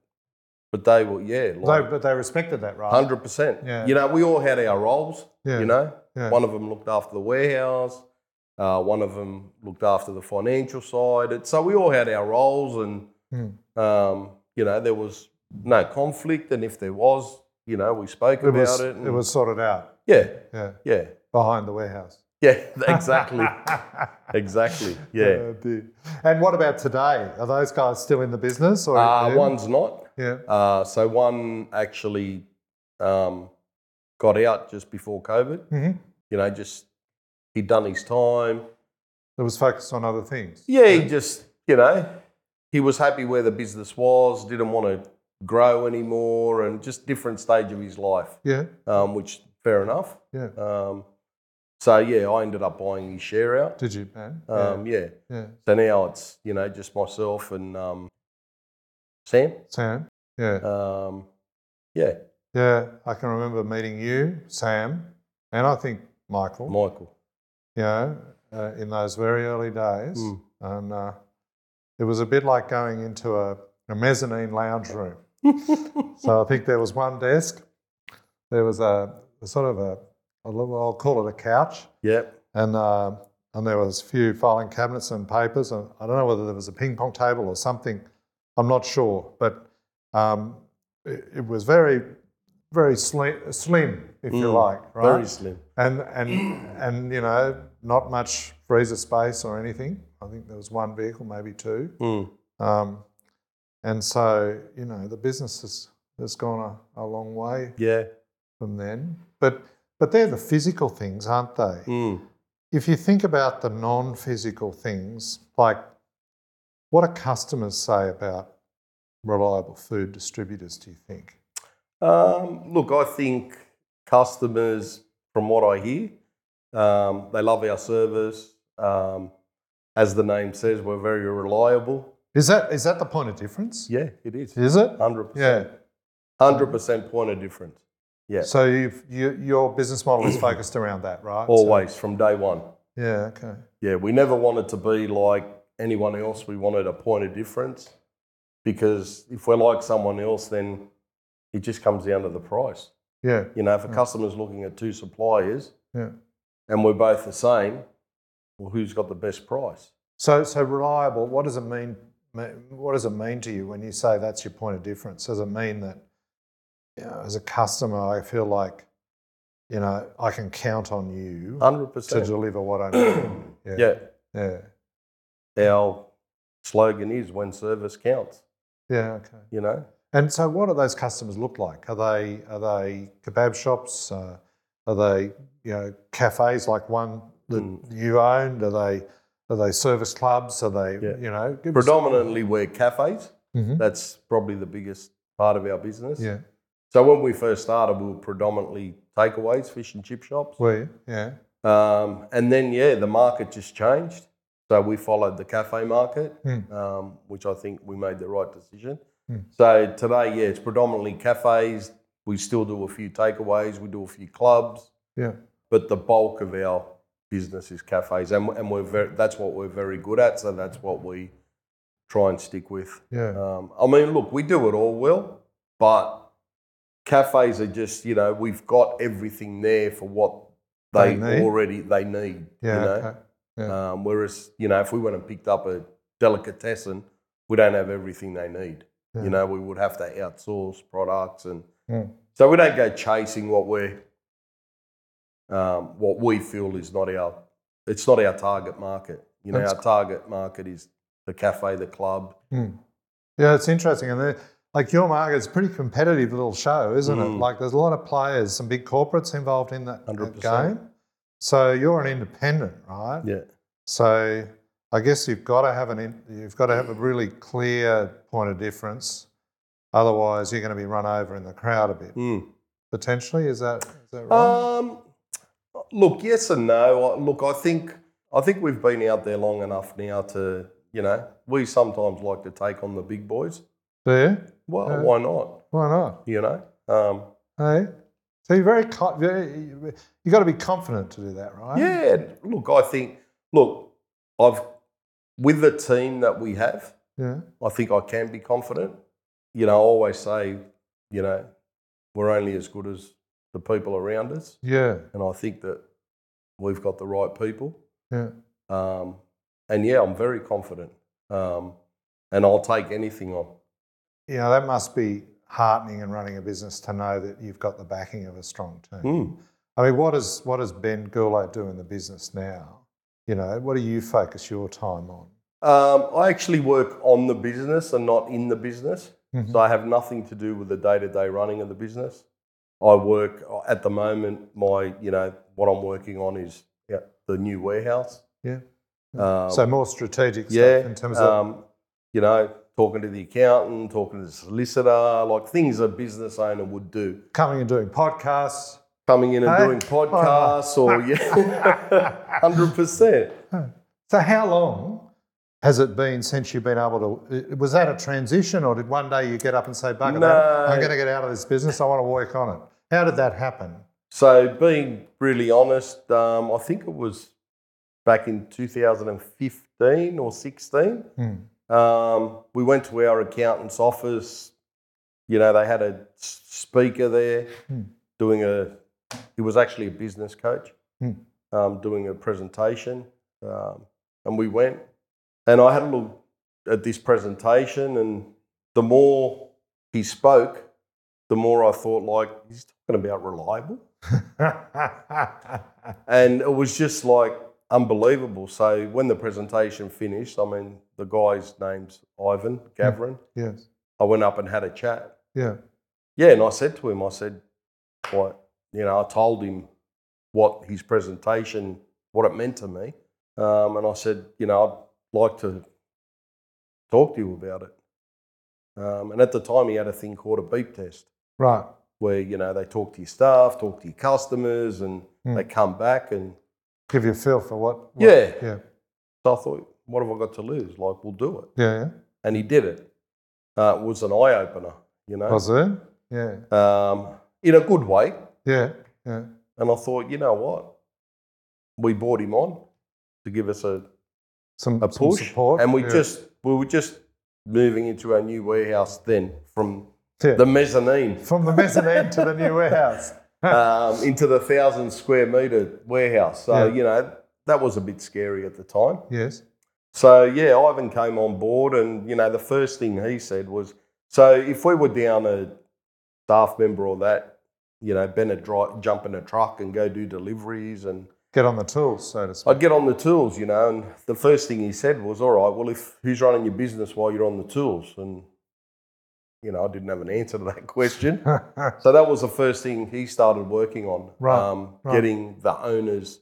B: but they were, yeah,
A: They,
B: like
A: but they respected that, right?
B: 100%.
A: Yeah.
B: You know, we all had our roles,
A: Yeah.
B: you know,
A: yeah.
B: one of them looked after the warehouse. Uh, one of them looked after the financial side. It, so we all had our roles, and
A: Hmm.
B: um, you know there was no conflict. And if there was, you know, we spoke
A: it
B: about
A: was
B: it. and-
A: it was sorted out.
B: yeah,
A: Yeah.
B: yeah, [LAUGHS]
A: Behind the warehouse. [LAUGHS]
B: yeah, exactly, exactly. Yeah.
A: Oh, dear. And what about today? Are those guys still in the business? Or
B: Uh,
A: Yeah.
B: one's not.
A: Yeah.
B: Uh, so one actually um, got out just before COVID.
A: hmm
B: You know, just he'd done his time.
A: It was focused on other things.
B: Yeah, he just, you know, he was happy where the business was, didn't want to grow anymore, and just different stage of his life,
A: Yeah.
B: um, which fair enough.
A: Yeah.
B: Um, so yeah, I ended up buying his share out.
A: Did you, man?
B: Um, yeah.
A: yeah. yeah.
B: So now it's you know just myself and um, Sam.
A: Sam. Yeah.
B: Um, yeah,
A: yeah. I can remember meeting you, Sam, and I think Michael,
B: Michael.
A: you know, uh, in those very early days.
B: Mm.
A: And uh, it was a bit like going into a, a mezzanine lounge
B: [LAUGHS]
A: room. so I think there was one desk, there was a, a sort of a, a little, I'll call it a couch.
B: Yeah.
A: and uh, and there was a few filing cabinets and papers. And I don't know whether there was a ping pong table or something. I'm not sure, but um, it, it was very, very sli- slim, if you
B: Mm,
A: like, right?
B: Very slim.
A: and
B: [CLEARS THROAT]
A: and and you know not much freezer space or anything. I think there was one vehicle, maybe two.
B: Mm.
A: Um, and so you know the business has, has gone a, a long way
B: Yeah.
A: from then. But but they're the physical things, aren't they?
B: Mm.
A: If you think about the non-physical things, like what do customers say about reliable food distributors? Do you think?
B: Um, look, I think customers, from what I hear, um, they love our service. Um, as the name says, we're very reliable.
A: Is that is that the point of difference?
B: Yeah, Uh, it is.
A: Is it?
B: 100%.
A: Yeah.
B: 100% point of difference. Yeah.
A: So you've, you, your business model is focused around that, right? So-
B: Always, from day one.
A: yeah. Okay.
B: Yeah, we never wanted to be like anyone else. We wanted a point of difference because if we're like someone else, then it just comes down to the price.
A: Yeah.
B: You know, if a customer's looking at two suppliers
A: Yeah.
B: and we're both the same, well, who's got the best price?
A: So so reliable. What does it mean? me- What does it mean to you when you say that's your point of difference? Does it mean that you know, as a customer, I feel like you know I can count on you
B: 100%.
A: to deliver what I
B: [CLEARS THROAT]
A: need?
B: yeah.
A: Yeah.
B: Our slogan is when service counts,
A: Yeah. Okay.
B: you know?
A: And so, what do those customers look like? Are they are they kebab shops? Uh, are they you know cafes like one that
B: Mm.
A: you owned? Are they are they service clubs? Are they
B: Yeah.
A: you know give us-
B: Predominantly, we're cafes.
A: Mhm.
B: That's probably the biggest part of our business.
A: Yeah,
B: So when we first started, we were predominantly takeaways, fish and chip shops.
A: were you? Yeah,
B: Um, and then, yeah, the market just changed. So we followed the cafe market,
A: Mm.
B: um, which I think we made the right decision.
A: Mm.
B: So today, yeah, it's predominantly cafes. We still do a few takeaways, we do a few clubs,
A: yeah,
B: but the bulk of our business is cafes. And, and we're very, that's what we're very good at. So that's what we try and stick with.
A: yeah,
B: Um, I mean, look, we do it all well, but cafes are just, you know, we've got everything there for what
A: They
B: they,
A: need.
B: already they need.
A: yeah.
B: you know?
A: okay. yeah.
B: Um, whereas, you know, if we went and picked up a delicatessen, we don't have everything they need.
A: Yeah.
B: You know, we would have to outsource products, and
A: Mm.
B: so we don't go chasing what we're um, what we feel is not our it's not our target market. You know,
A: That's-
B: our target market is the cafe, the club.
A: Yeah, it's interesting. And then, like your market's a pretty competitive little show, isn't it?
B: Mm.
A: Like there's a lot of players, some big corporates involved in that, that
B: 100%.
A: game. So you're an independent, right?
B: Yeah.
A: So I guess you've got to have an in, you've got to have a really clear point of difference. Otherwise, you're going to be run over in the crowd a bit.
B: Mm.
A: Potentially, is that is that right?
B: Um, look, yes and no. I- Look, I think I think we've been out there long enough now to you know we sometimes like to take on the big boys.
A: Do you?
B: Well,
A: Yeah.
B: why not?
A: Why not?
B: You know, um,
A: Hey, so you're very, co- very you got to be confident to do that, right?
B: yeah. Look, I think look, I've with the team that we have,
A: Yeah.
B: I think I can be confident. You know, I always say, you know, we're only as good as the people around us,
A: Yeah.
B: and I think that we've got the right people.
A: Yeah.
B: Um, and yeah, I'm very confident. Um, and I'll take anything on.
A: You know, that must be heartening in running a business to know that you've got the backing of a strong team.
B: Hmm.
A: I mean, what is what does Ben Goulart do in the business now? You know, what do you focus your time on?
B: Um, I actually work on the business and not in the business.
A: Mhm.
B: So I have nothing to do with the day to day running of the business. I work uh, at the moment, my, you know, what I'm working on is yeah, the new warehouse.
A: Yeah.
B: Um,
A: so more strategic
B: yeah,
A: stuff in terms of
B: um, you know, talking to the accountant, talking to the solicitor, like things a business owner would do.
A: coming and doing podcasts.
B: coming in and
A: Hey.
B: doing podcasts or yeah, [LAUGHS] hundred percent.
A: So how long has it been since you've been able to? Was that a transition, or did one day you get up and say, "Bugger that! I'm
B: No.
A: going to get out of this business. I want to work on it." How did that happen?
B: So being really honest, um, I think it was back in 2015 or 16.
A: Hmm. [LAUGHS]
B: Um, we went to our accountant's office. You know, they had a s- speaker there
A: Hmm.
B: doing a. He was actually a business coach
A: Hmm.
B: um, doing a presentation, Um, and we went, and I had a look at this presentation, and the more he spoke, the more I thought, like, he's talking about reliable. And it was just like unbelievable. So when the presentation finished, I mean, the guy's name's Ivan Gavrin.
A: yes.
B: I went up and had a chat.
A: Yeah.
B: Yeah, and I said to him, I said, like, you know, I told him what his presentation, what it meant to me. Um, and I said, you know, I'd like to talk to you about it. Um, and at the time, he had a thing called a beep test
A: Right.
B: where, you know, they talk to your staff, talk to your customers, and
A: Hmm.
B: they come back. And
A: Give you a feel for what. what-
B: Yeah.
A: Yeah.
B: so I thought, what have I got to lose? Like, we'll do it.
A: Yeah. yeah.
B: And he did it. Uh, it was an eye opener, you know,
A: Was it? Yeah.
B: um, in a good way.
A: Yeah. Yeah.
B: And I thought, you know what? We brought him on to give us a,
A: Some,
B: a
A: some
B: push,
A: support.
B: and we
A: yeah.
B: just we were just moving into our new warehouse then from
A: Yeah.
B: the mezzanine
A: from the mezzanine to the
B: [LAUGHS]
A: new warehouse.
B: um, into the thousand square meter warehouse. So
A: Yeah.
B: you know that was a bit scary at the time.
A: Yes.
B: So yeah, Ivan came on board, and you know the first thing he said was, "So if we were down a staff member or that, you know, Ben would dri- jump in a truck and go do deliveries and."
A: Get on the tools, so to speak.
B: I'd get on the tools, you know, and the first thing he said was, "All right, well, if who's running your business while you're on the tools?" And you know, I didn't have an answer to that [LAUGHS] question. so that was the first thing he started working on,
A: Right,
B: um,
A: right.
B: getting the owners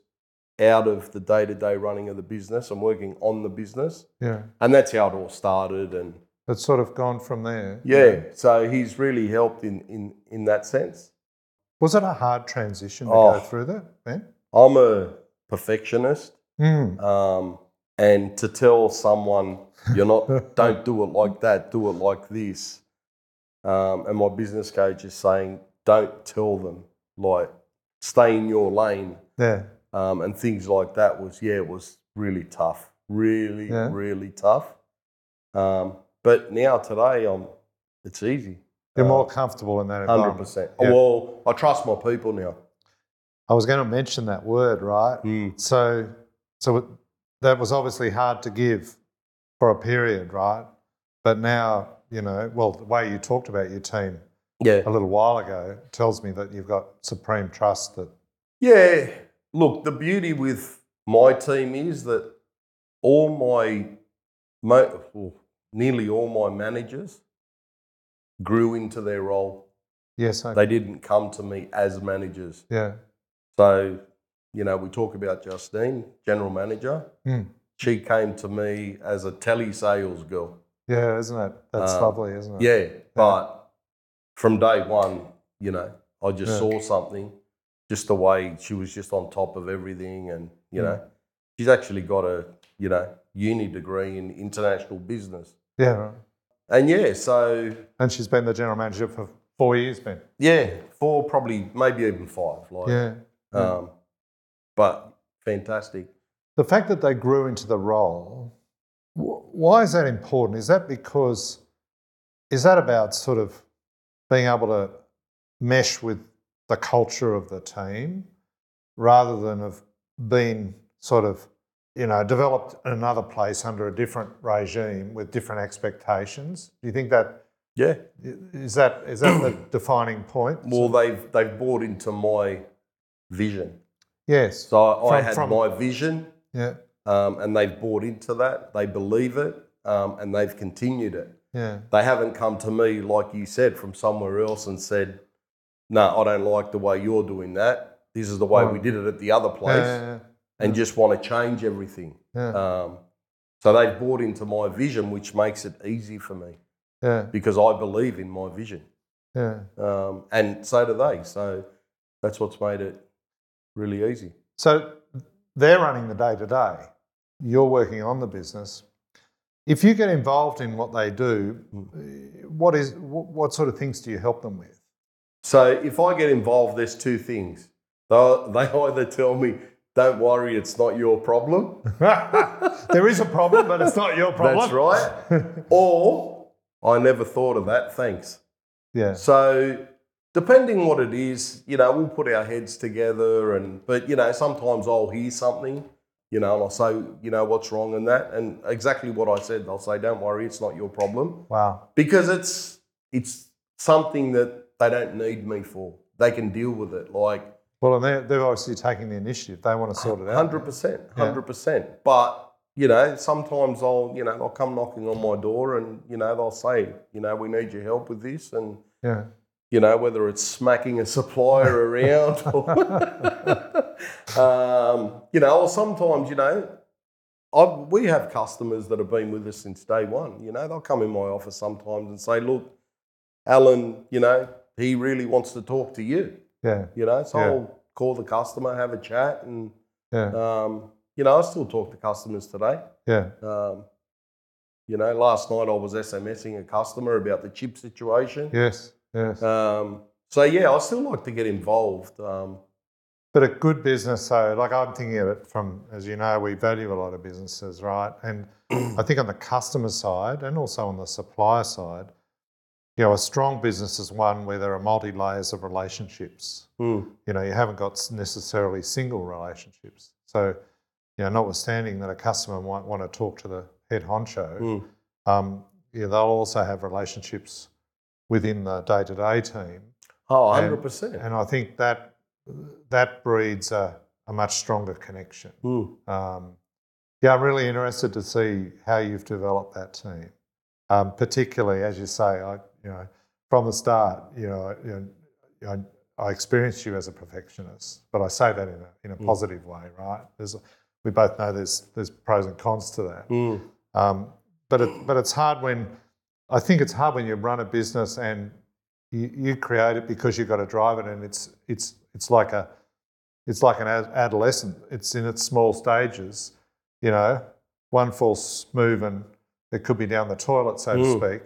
B: out of the day-to-day running of the business and working on the business,
A: [LAUGHS] yeah.
B: and that's how it all started. And
A: It's sort of gone from there.
B: yeah, so he's really helped in in in that sense.
A: Was it a hard transition to
B: Oh.
A: go through that then?
B: I'm a perfectionist.
A: Mm.
B: um, and to tell someone you're not don't do it like that do it like this um, and my business coach is saying don't tell them like stay in your lane
A: Yeah.
B: um, and things like that was yeah it was really tough really
A: Yeah.
B: really tough um, but now today i'm it's easy
A: You're
B: Uh,
A: more comfortable in that environment.
B: 100%
A: Um, Yeah.
B: well i trust my people now
A: I was going to mention that word, right?
B: Mm.
A: So, so it, that was obviously hard to give for a period, right? But now, you know, well, the way you talked about your team
B: yeah
A: a little while ago tells me that you've got supreme trust that,
B: Yeah. Look, the beauty with my team is that all my, mo- well, nearly all my managers grew into their role.
A: yes, okay.
B: They didn't come to me as managers.
A: yeah,
B: So, you know, we talk about Justine, general manager.
A: Hmm.
B: She came to me as a telesales girl.
A: yeah, isn't it? That's
B: Um,
A: lovely, isn't it?
B: Yeah, but from day one, you know, I just
A: Yeah.
B: saw something, just the way she was just on top of everything, and
A: Hmm.
B: you know, she's actually got a you know uni degree in international business,
A: Yeah, right.
B: and yeah, so
A: And she's been the general manager for four years, Ben.
B: yeah, four probably maybe even five, like,
A: Yeah.
B: um, but fantastic.
A: The fact that they grew into the role, wh- why is that important? Is that because, is that about sort of being able to mesh with the culture of the team rather than of being sort of, you know, developed in another place under a different regime with different expectations? Do you think that
B: Yeah,
A: is that is that the defining point?
B: well, they've they've bought into my vision,
A: yes.
B: so I, I
A: From-
B: had
A: from-
B: my vision.
A: yeah.
B: um, and they've bought into that. They believe it, um, and they've continued it.
A: Yeah.
B: They haven't come to me, like you said, from somewhere else and said, "No, I don't like the way you're doing that. This is the way we did it at the other place,"
A: Yeah,
B: and just want to change everything.
A: yeah, yeah,
B: Um, so they've bought into my vision, which makes it easy for me
A: yeah,
B: because I believe in my vision,
A: yeah.
B: um, and so do they. So that's what's made it really easy.
A: So they're running the day to day. You're working on the business. If you get involved in what they do,
B: Hmm.
A: eh, what is what, what sort of things do you help them with? [LAUGHS]
B: So if I get involved, there's two things. They [LAUGHS] they either tell me, "Don't worry, it's not your problem." [LAUGHS]
A: there is a problem, but it's not your problem.
B: That's right. or I never thought of that. Thanks.
A: Yeah,
B: So depending what it is, you know, we'll put our heads together, and but you know, sometimes I'll hear something You know, and I'll say, you know, what's wrong and that. And exactly what I said, they'll say, don't worry, it's not your problem.
A: Wow.
B: Because it's it's something that they don't need me for. They can deal with it. Like
A: Well, and they're, they're obviously taking the initiative. They want to sort it out.
B: Hundred percent, hundred percent. But you know, sometimes I'll you know they'll come knocking on my door and you know they'll say you know we need your help with this and
A: Yeah.
B: you know whether it's smacking a supplier [LAUGHS] around or [LAUGHS] um, you know or sometimes you know I, we have customers that have been with us since day one. You know they'll come in my office sometimes and say, look, Alan, you know he really wants to talk to you.
A: Yeah.
B: You know, so
A: Yeah.
B: I'll call the customer, have a chat, and
A: Yeah.
B: um, you know, I still talk to customers today.
A: Yeah.
B: Um, you know, last night I was SMSing a customer about the chip situation.
A: Yes. Yes.
B: Um, so yeah, I still like to get involved. Um,
A: But a good business, so like I'm thinking of it from, as you know, we value a lot of businesses, right? And I think on the customer side and also on the supplier side, you know, a strong business is one where there are multi layers of relationships.
B: mm,
A: You know, you haven't got s- necessarily single relationships. So, you know, notwithstanding that a customer might want to talk to the head honcho,
B: mm,
A: um, you know, they'll also have relationships within the day to day team.
B: oh,
A: And-
B: 100%.
A: And I think that that breeds a, a much stronger connection.
B: Mm.
A: Um, yeah, I'm really interested to see how you've developed that team, um, particularly as you say, I, you know, from the start, you know, you know, you know, I, experienced you as a perfectionist, but I say that in a, in a
B: Mm.
A: positive way, right? There's, we both know there's there's pros and cons to that.
B: Mm,
A: Um, but it, but it's hard when I think it's hard when you run a business and you, you create it because you've got to drive it, and it's it's it's like a it's like an ad- adolescent. It's in its small stages, you know. One false move and it could be down the toilet, so
B: Mm.
A: to
B: [CLEARS THROAT]
A: speak.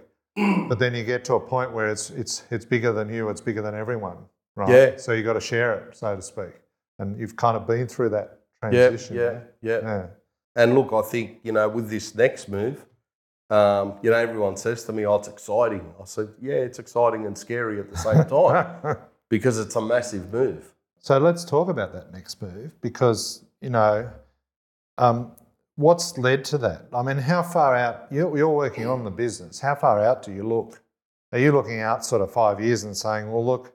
A: But then you get to a point where it's it's it's bigger than you. It's bigger than everyone, right?
B: Yeah.
A: So you got to share it, so to speak. And you've kind of been through that
B: yeah,
A: transition.
B: yeah, yeah.
A: Yeah.
B: And look, I think, you know, with this next move, um, you know, everyone says to me, oh, it's exciting. I said, yeah, it's exciting and scary at the
A: [LAUGHS]
B: same time because it's a massive move.
A: So let's talk about that next move because, you know, um, what's led to that? I mean, how far out, you're, you're working on the business, how far out do you look? Are you looking out sort of five years and saying, well, look,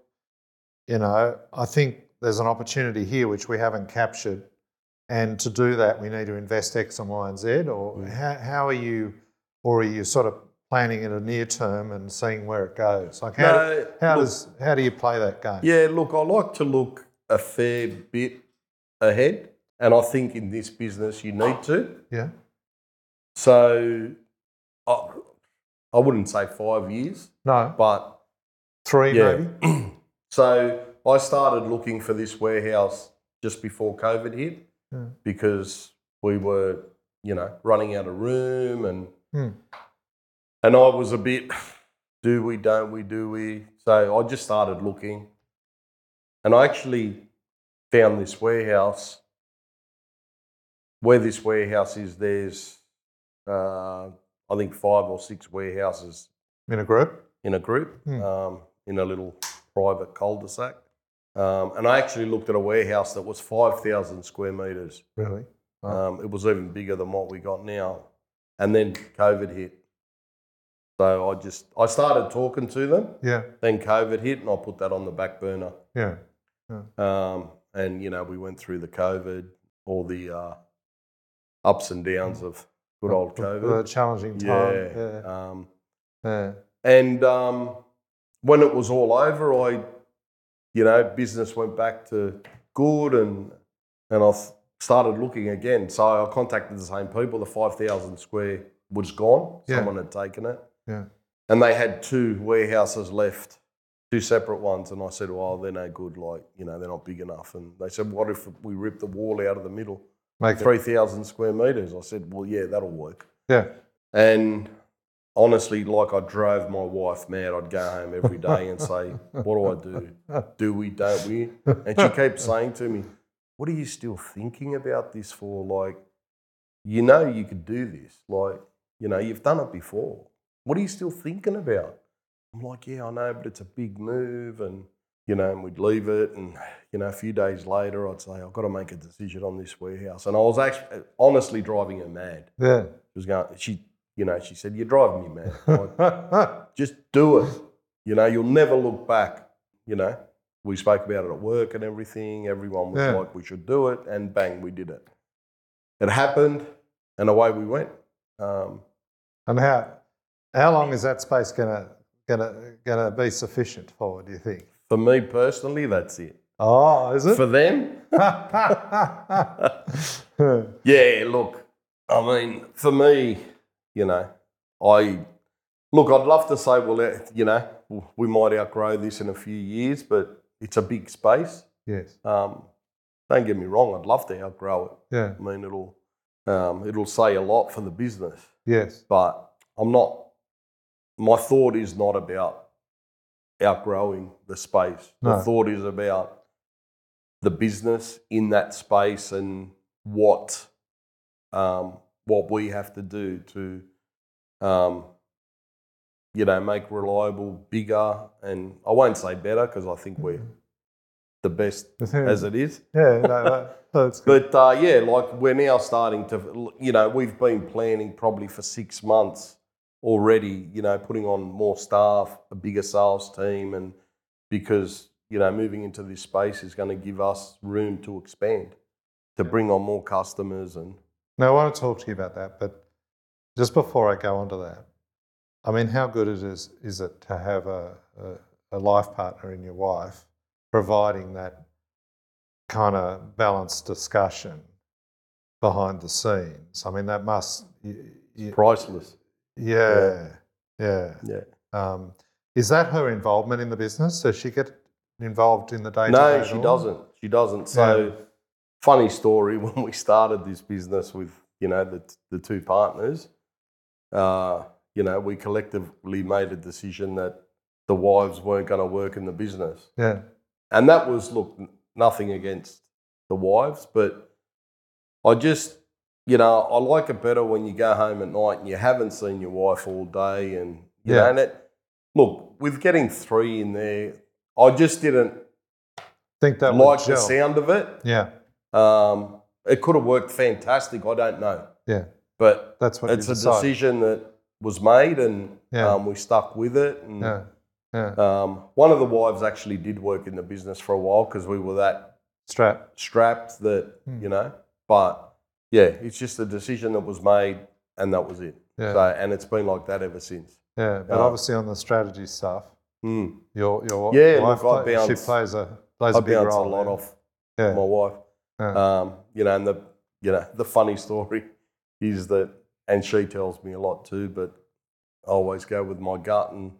A: you know, I think there's an opportunity here which we haven't captured. And to do that, we need to invest X and Y and Z? Or
B: Mm.
A: how, how are you, or are you sort of planning in a near term and seeing where it goes? Like, how,
B: No,
A: how,
B: look-
A: does, how do you play that game?
B: Yeah, look, I like to look a fair bit ahead. And I think in this business, you need to.
A: yeah?
B: So I, I wouldn't say five years,
A: No.
B: but
A: Three,
B: Yeah.
A: maybe?
B: so I started looking for this warehouse just before COVID hit
A: Yeah.
B: because we were, you know, running out of room and
A: Hmm.
B: and I was a bit [SIGHS] do we, don't we, do we? So I just started looking. And I actually found this warehouse. Where this warehouse is, there's uh, I think five or six warehouses
A: In a group?
B: in a group
A: Hmm.
B: um, in a little private cul-de-sac. Um, and I actually looked at a warehouse that was 5,000 square metres.
A: Really? Wow.
B: Um, it was even bigger than what we got now. And then COVID hit. So I just, I started talking to them.
A: Yeah,
B: Then COVID hit and I put that on the back burner.
A: yeah,
B: Um, and, you know, we went through the COVID, all the uh, ups and downs of good old
A: A- a- a
B: COVID.
A: challenging time.
B: Yeah.
A: Yeah, yeah.
B: Um, And um, when it was all over, I, you know, business went back to good, and and I s- started looking again. So I contacted the same people. The five thousand square was gone.
A: Yeah.
B: Someone had taken it,
A: yeah.
B: and they had two warehouses left, two separate ones. And I said, "Well, they're no good. Like, you know, they're not big enough." And they said, "What if we rip the wall out of the middle,
A: Make it.
B: three thousand square meters?" I said, "Well, yeah, that'll work."
A: Yeah,
B: And honestly, like I drove my wife mad. I'd go home every day and say, What do I do? Do we, don't we? And she kept saying to me, What are you still thinking about this for? Like, you know, you could do this. Like, you know, you've done it before. What are you still thinking about? I'm like, Yeah, I know, but it's a big move. And, you know, and we'd leave it. And, you know, a few days later, I'd say, I've got to make a decision on this warehouse. And I was actually, honestly driving her mad.
A: Yeah.
B: She was going, she, you know, she said, You're driving me mad. I'm like, [LAUGHS] Just do it. You know, you'll never look back. You know, we spoke about it at work and everything. Everyone was
A: Yeah.
B: like, we should do it. And bang, we did it. It happened and away we went. Um,
A: [LAUGHS] and how how long is that space gonna gonna gonna be sufficient for? Do you think?
B: for me personally, that's it.
A: Oh, is it?
B: For them, Yeah, look, I mean, for me, you know, I look, I'd love to say, well, eh, you know, we might outgrow this in a few years, but it's a big space.
A: [LAUGHS] yes.
B: Um, don't get me wrong, I'd love to outgrow it.
A: Yeah.
B: I mean, it'll um, it'll say a lot for the business,
A: Yes.
B: but I'm not. My thought is not about outgrowing the space.
A: No.
B: The thought is about the business in that space and what um, what we have to do to um, you know make reliable bigger and I won't say better because I think we're the best as it is.
A: yeah. No, no, that's good.
B: But uh, yeah, like we're now starting to, you know, we've been planning probably for six months already, you know, putting on more staff, a bigger sales team, and because, you know, moving into this space is going to give us room to expand, to bring on more customers. And
A: Now, I want to talk to you about that, but just before I go on to that, I mean, how good it is is it to have a, a, a life partner in your wife providing that kind of balanced discussion behind the scenes? I mean, that must, y y
B: priceless.
A: yeah, yeah.
B: Yeah.
A: Um, is that her involvement in the business? Does she get involved in the day?
B: No, she doesn't. She doesn't. So, funny story. [LAUGHS] When we started this business with you know the the two partners, uh, you know we collectively made a decision that the wives weren't going to work in the business,
A: Yeah,
B: and that was look n- nothing against the wives, but I just you know I like it better when you go home at night and you haven't seen your wife all day, and you
A: Yeah.
B: know, and it look with getting three in there, I just didn't
A: think that would
B: like the
A: gel.
B: sound of it.
A: Yeah,
B: Um, it could have worked fantastic. I don't know,
A: yeah.
B: but
A: That's what
B: it's
A: you
B: a
A: decide.
B: decision that was made, and
A: Yeah.
B: um, we stuck with it. And
A: Yeah, yeah.
B: um, one of the wives actually did work in the business for a while because we were that
A: Strap.
B: strapped that
A: Hmm.
B: you know. But yeah, it's just a decision that was made, and that was it.
A: Yeah.
B: So, and it's been like that ever since.
A: Yeah, but
B: Uh,
A: obviously on the strategy stuff,
B: Mm.
A: your your
B: Yeah,
A: wife
B: look, I
A: play- she
B: bounce-
A: plays a plays
B: I
A: a big
B: bounce
A: role.
B: a lot
A: there.
B: off
A: Yeah,
B: my wife.
A: Yeah.
B: Um, you know, and the you know the funny [LAUGHS] story is that, and she tells me a lot too, but I always go with my gut, and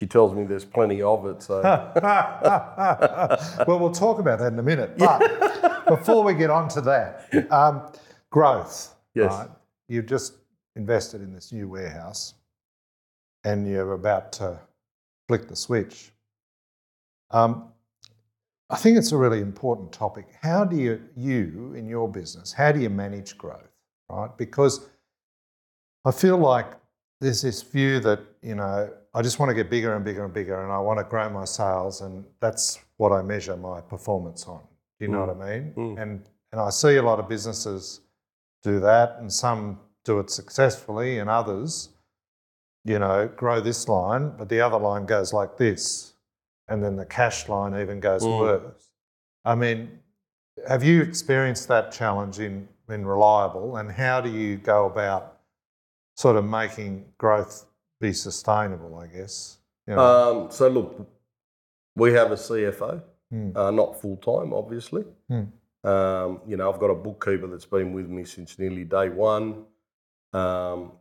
B: she tells me there's plenty of it.
A: [LAUGHS]
B: So
A: [LAUGHS]
B: [LAUGHS]
A: well, we'll talk about that in a minute.
B: [LAUGHS]
A: But before we get on to that, um, growth.
B: Yes.
A: You've just invested in this new warehouse and you're about to flick the switch. Um, I think it's a really important topic. How do you, you in your business, how do you manage growth, right? Because I feel like there's this view that, you know, I just want to get bigger and bigger and bigger and I want to grow my sales and that's what I measure my performance on. Do you know what I mean?
B: Mm.
A: And and I see a lot of businesses do that and some do it successfully and others, you know, grow this line, but the other line goes like this. And then the cash line even goes
B: Mm.
A: worse. I mean, have you experienced that challenge in, in Reliable and how do you go about sort of making growth be sustainable, I guess? You know,
B: um, so look, we have a CFO,
A: Mm.
B: uh, not full time, obviously.
A: Mm.
B: Um, you know, I've got a bookkeeper that's been with me since nearly day one. Um,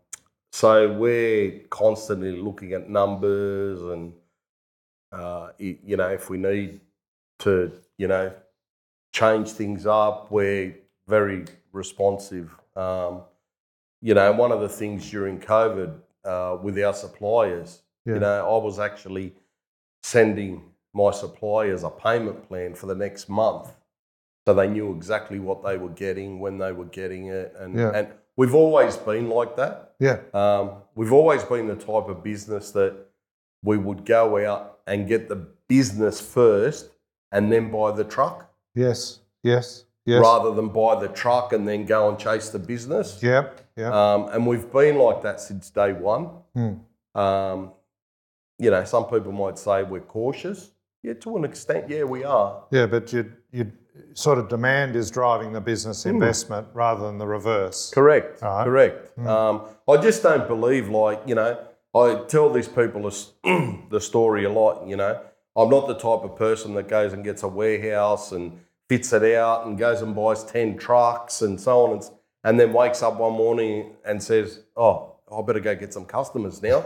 B: so we're constantly looking at numbers and, uh, i- you know, if we need to, you know, change things up, we're very responsive. Um, you know, one of the things during COVID uh, with our suppliers,
A: Yeah.
B: you know, I was actually sending my suppliers a payment plan for the next month. So they knew exactly what they were getting, when they were getting it. And,
A: Yeah.
B: and we've always been like that.
A: yeah,
B: Um, we've always been the type of business that we would go out and get the business first and then buy the truck
A: Yes. Yes. Yes.
B: rather than buy the truck and then go and chase the business.
A: Yeah. Yeah.
B: Um, and we've been like that since day one.
A: Hmm.
B: Um, you know, some people might say we're cautious. Yeah, to an extent, yeah, we are.
A: yeah. But you you sort of demand is driving the business
B: Hmm.
A: investment rather than the reverse.
B: Correct.
A: Right. Hmm.
B: Correct. Um, I just don't believe, like, you know, I tell these people this- [CLEARS THROAT] the story a lot, you know. I'm not the type of person that goes and gets a warehouse and fits it out and goes and buys 10 trucks and so on and, s- and then wakes up one morning and says, oh, I better go get some customers
A: [LAUGHS]
B: now.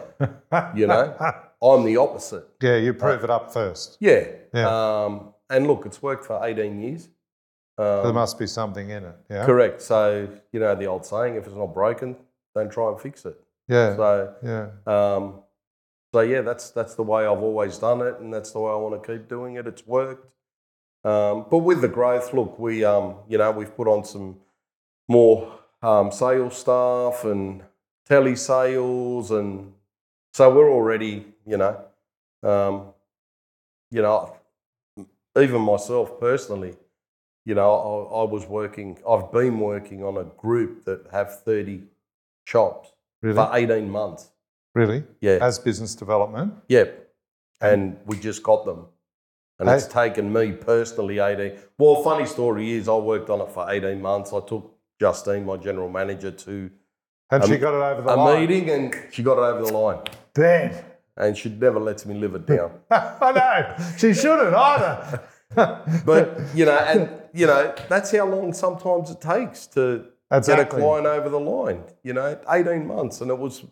B: you know, I'm the opposite.
A: Yeah. You prove it up first.
B: Yeah.
A: Yeah.
B: Um, and look, it's worked for 18 years. Um,
A: There must be something in it. Yeah.
B: Correct. So, you know, the old saying, if it's not broken, don't try and fix it.
A: Yeah.
B: So,
A: yeah.
B: um, so yeah, that's that's the way I've always done it, and that's the way I want to keep doing it. It's worked. Um, but with the growth, look, we um, you know we've put on some more um, sales staff and telesales, and so we're already you know um, you know even myself personally. You know, I, I was working. I've been working on a group that have thirty shops
A: Really.
B: for eighteen months.
A: really.
B: Yeah.
A: As business development.
B: Yep. And we just got them. And it's taken me personally 18. Well, funny story is I worked on it for 18 months. I took Justine, my general manager, to
A: And
B: Um,
A: she got it over the
B: a
A: line.
B: meeting and she got it over the line.
A: Then. [LAUGHS]
B: And she never lets me live it down.
A: I know. She shouldn't either.
B: [LAUGHS] But, you know, and, you know, that's how long sometimes it takes to get
A: Exactly.
B: a client over the line, you know, 18 months. And it was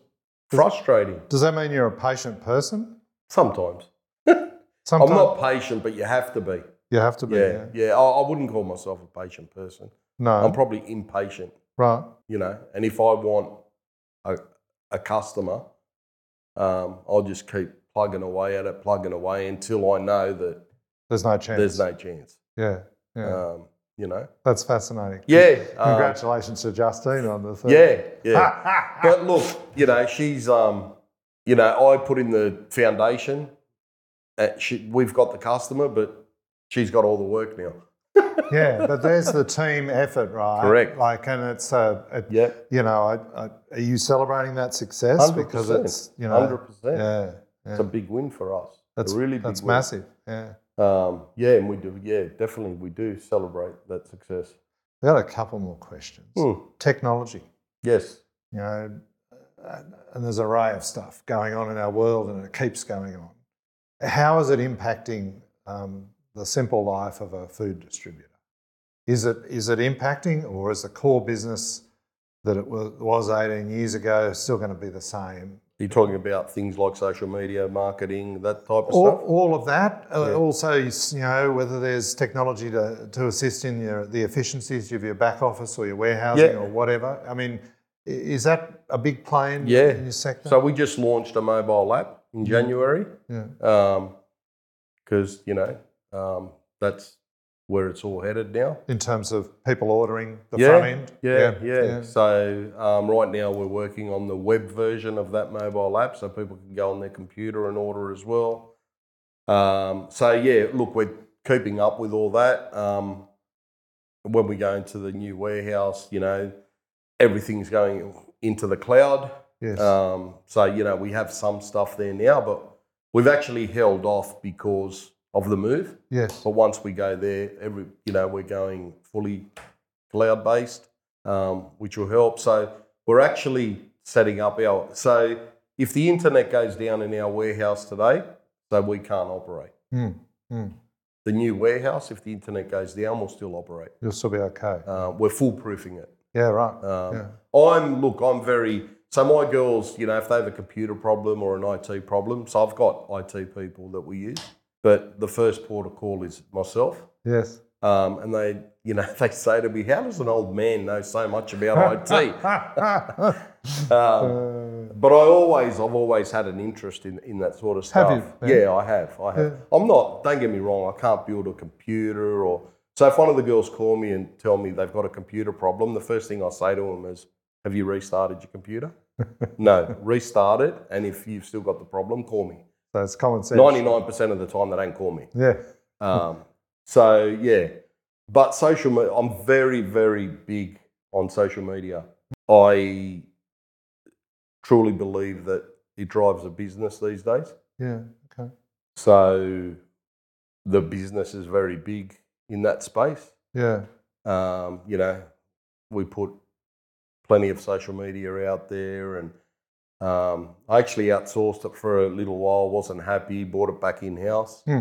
B: frustrating
A: Does that mean you're a patient person?
B: sometimes. I'm
A: Sometimes
B: not patient, but you have to be.
A: you have to be.
B: Yeah.
A: Yeah.
B: Yeah. I, I wouldn't call myself a patient person.
A: No.
B: I'm probably impatient,
A: right.
B: you know. And if I want a, a customer, um, I'll just keep plugging away at it, plugging away until I know that
A: There's no chance.
B: there's no chance.
A: Yeah. Yeah.
B: Um, you know.
A: That's fascinating.
B: Yeah. um,
A: Congratulations to Justine on the third.
B: yeah. Yeah.
A: Ah, [LAUGHS]
B: but look, you know, she's, um, you know, I put in the foundation. Uh, she, we've got the customer, but she's got all the work now.
A: yeah, but there's the team effort, right?
B: Correct.
A: Like, and it's a, a
B: Yeah.
A: you know, I, I, are you celebrating that success
B: 100%.
A: because it's you know,
B: Hundred percent.
A: yeah, yeah.
B: It's a big win for us.
A: that's
B: a really big
A: that's
B: win.
A: massive. Yeah.
B: Um, yeah, and we do. Yeah, definitely, we do celebrate that success.
A: I got a couple more questions.
B: Hmm.
A: Technology.
B: Yes.
A: you know, and there's an array of stuff going on in our world and it keeps going on. How is it impacting um, the simple life of a food distributor? Is it, is it impacting or is the core business that it was, was 18 years ago still going to be the same?
B: You're talking about things like social media, marketing, that type of
A: All,
B: stuff.
A: all of that. Uh,
B: Yeah.
A: Also, you s- you know, whether there's technology to, to assist in your, the efficiencies of your back office or your warehousing
B: Yeah.
A: or whatever. I mean, i- is that a big play in,
B: Yeah.
A: in your sector?
B: So we just launched a mobile app in January
A: yeah.
B: because you know um, that's where it's all headed now.
A: in terms of people ordering the
B: Yeah,
A: front end.
B: Yeah, yeah. So um, right now we're working on the web version of that mobile app, so people can go on their computer and order as well. Um, so yeah, look, we're keeping up with all that. Um, when we go into the new warehouse, you know, everything's going into the cloud.
A: Yes.
B: Um, so you know, we have some stuff there now, but we've actually held off because of the move.
A: yes.
B: But once we go there, every you know we're going fully cloud based, um, which will help. So we're actually setting up our. So if the internet goes down in our warehouse today, so we can't operate.
A: Mm, mm.
B: The new warehouse, if the internet goes down, we'll still operate.
A: You'll still be okay.
B: Uh, we're foolproofing it.
A: Yeah. Right.
B: Um,
A: Yeah.
B: I'm look, I'm very so my girls, you know, if they have a computer problem or an IT problem, so I've got IT people that we use, but the first port of call is myself.
A: Yes.
B: Um, and they, you know, [LAUGHS] they say to me, "How does an old man know so
A: [LAUGHS]
B: much about IT?" Um,
A: Uh,
B: but I always, I've always had an interest in, in that sort of
A: Have
B: stuff.
A: you, Ben?
B: Yeah, I have. I have. I'm not. Don't get me wrong. I can't build a computer or. So if one of the girls call me and tell me they've got a computer problem, the first thing I say to them is,
A: [LAUGHS]
B: "Have you restarted your computer?" no, restart it, and if you've still got the problem, call me.
A: So it's common sense.
B: 99% of the time, they don't call me.
A: Yeah.
B: Um, so yeah, but social media, I'm very, very big on social media. I truly believe that it drives a business these days.
A: Yeah. Okay.
B: So the business is very big in that space.
A: Yeah.
B: Um, you know, we put plenty of social media out there and um, I actually outsourced it for a little while, wasn't happy, bought it back in house.
A: Hmm.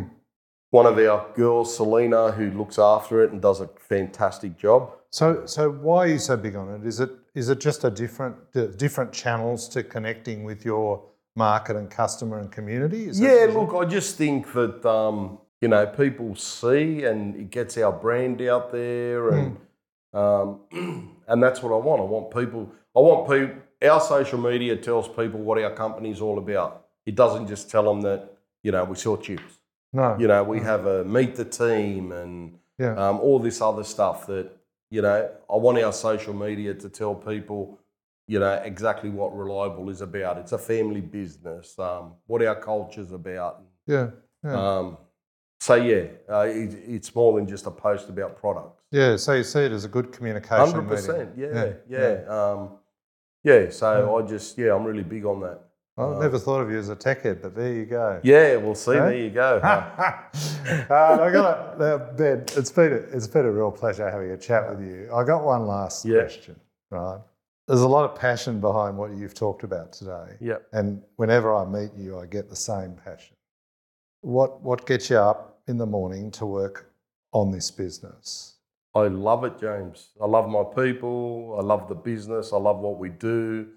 B: One of our girls, Selena, who looks after it and does a fantastic job.
A: So, so why are you so big on it? Is it is it just a different the different channels to connecting with your market and customer and community? Is that-
B: yeah,
A: is it-
B: look, I just think that um, you know people see and it gets our brand out there, and um, [CLEARS THROAT] and that's what I want. I want people. I want people. Our social media tells people what our company's all about. It doesn't just tell them that you know we sell chips.
A: no.
B: You know, we have a meet the team and
A: Yeah.
B: um, all this other stuff that you know. I want our social media to tell people, you know, exactly what reliable is about. It's a family business. Um, what our culture's about.
A: Yeah. Yeah.
B: Um, so yeah, uh, it, it's more than just a post about products.
A: yeah. So you see it as a good communication.
B: Hundred
A: medium.
B: percent. Yeah, yeah,
A: Yeah,
B: yeah. Hmm. Um, yeah. So I just yeah, I'm really big on that. Uh,
A: I never thought of you as a tech head, but there you go.
B: Yeah, we'll see.
A: Huh?
B: There you go.
A: Uh, I got a, uh, Ben, it's been a, it's been a real pleasure having a chat with you. I got one last
B: Yeah.
A: question, right? There's a lot of passion behind what you've talked about today.
B: yeah.
A: And whenever I meet you, I get the same passion. What, what gets you up in the morning to work on this business?
B: I love it, James. I love my people. I love the business. I love what we do.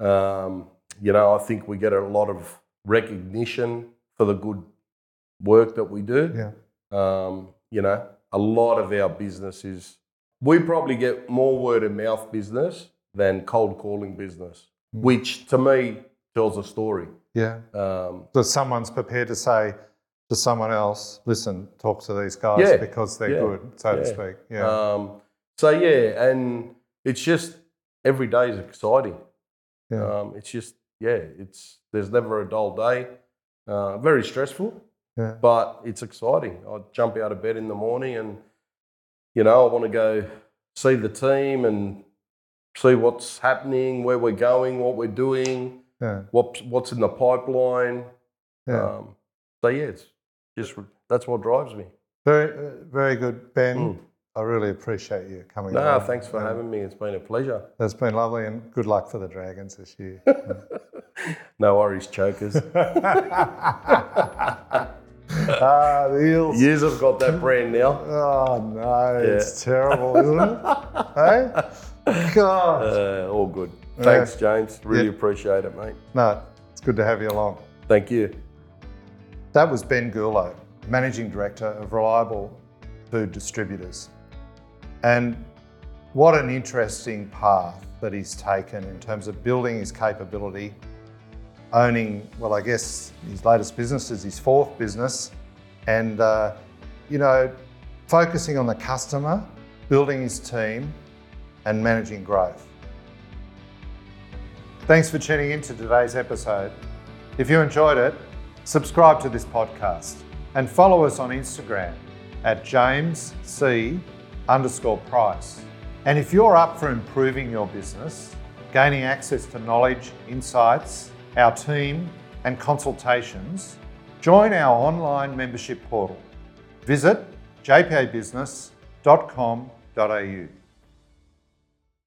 B: Um, you know, I think we get a lot of recognition for the good work that we do.
A: Yeah.
B: Um, you know, a lot of our business is, we probably get more word of mouth business than cold calling business,
A: Mm.
B: which to me tells a story.
A: Yeah.
B: Um,
A: That someone's prepared to say to someone else, listen, talk to these guys
B: Yeah.
A: because they're
B: Yeah.
A: good, so to
B: Yeah.
A: speak. Yeah.
B: Um, so yeah, and it's just every day is exciting.
A: Yeah.
B: Um, it's just yeah, it's there's never a dull day. Uh, very stressful,
A: Yeah.
B: but it's exciting. I jump out of bed in the morning and you know I want to go see the team and see what's happening, where we're going, what we're doing,
A: yeah.
B: what what's in the pipeline.
A: Yeah.
B: Um, so yeah, it's just that's what drives me.
A: Very, uh, very good, Ben.
B: Mm.
A: I really appreciate you coming.
B: No,
A: along.
B: Ah, thanks for
A: Um,
B: having me. It's been a pleasure.
A: It's been lovely, and good luck for the Dragons this year. [LAUGHS]
B: No worries, chokers.
A: ah, the Eels.
B: Years have got that brand now.
A: Oh no, it's terrible, isn't
B: [LAUGHS]
A: it? hey, God.
B: Uh, all good. Thanks, James. Really
A: Yeah.
B: appreciate it, mate.
A: no, it's good to have you along.
B: Thank you.
A: That was Ben Gulow, Managing Director of Reliable Food Distributors. And what an interesting path that he's taken in terms of building his capability, owning, well, I guess his latest business is his fourth business, and, uh, you know, focusing on the customer, building his team, and managing growth. Thanks for tuning in to today's episode. If you enjoyed it, subscribe to this podcast and follow us on Instagram at James C underscore price. And if you're up for improving your business, gaining access to knowledge, insights, our team, and consultations, join our online membership portal. Visit jpabusiness.com.au.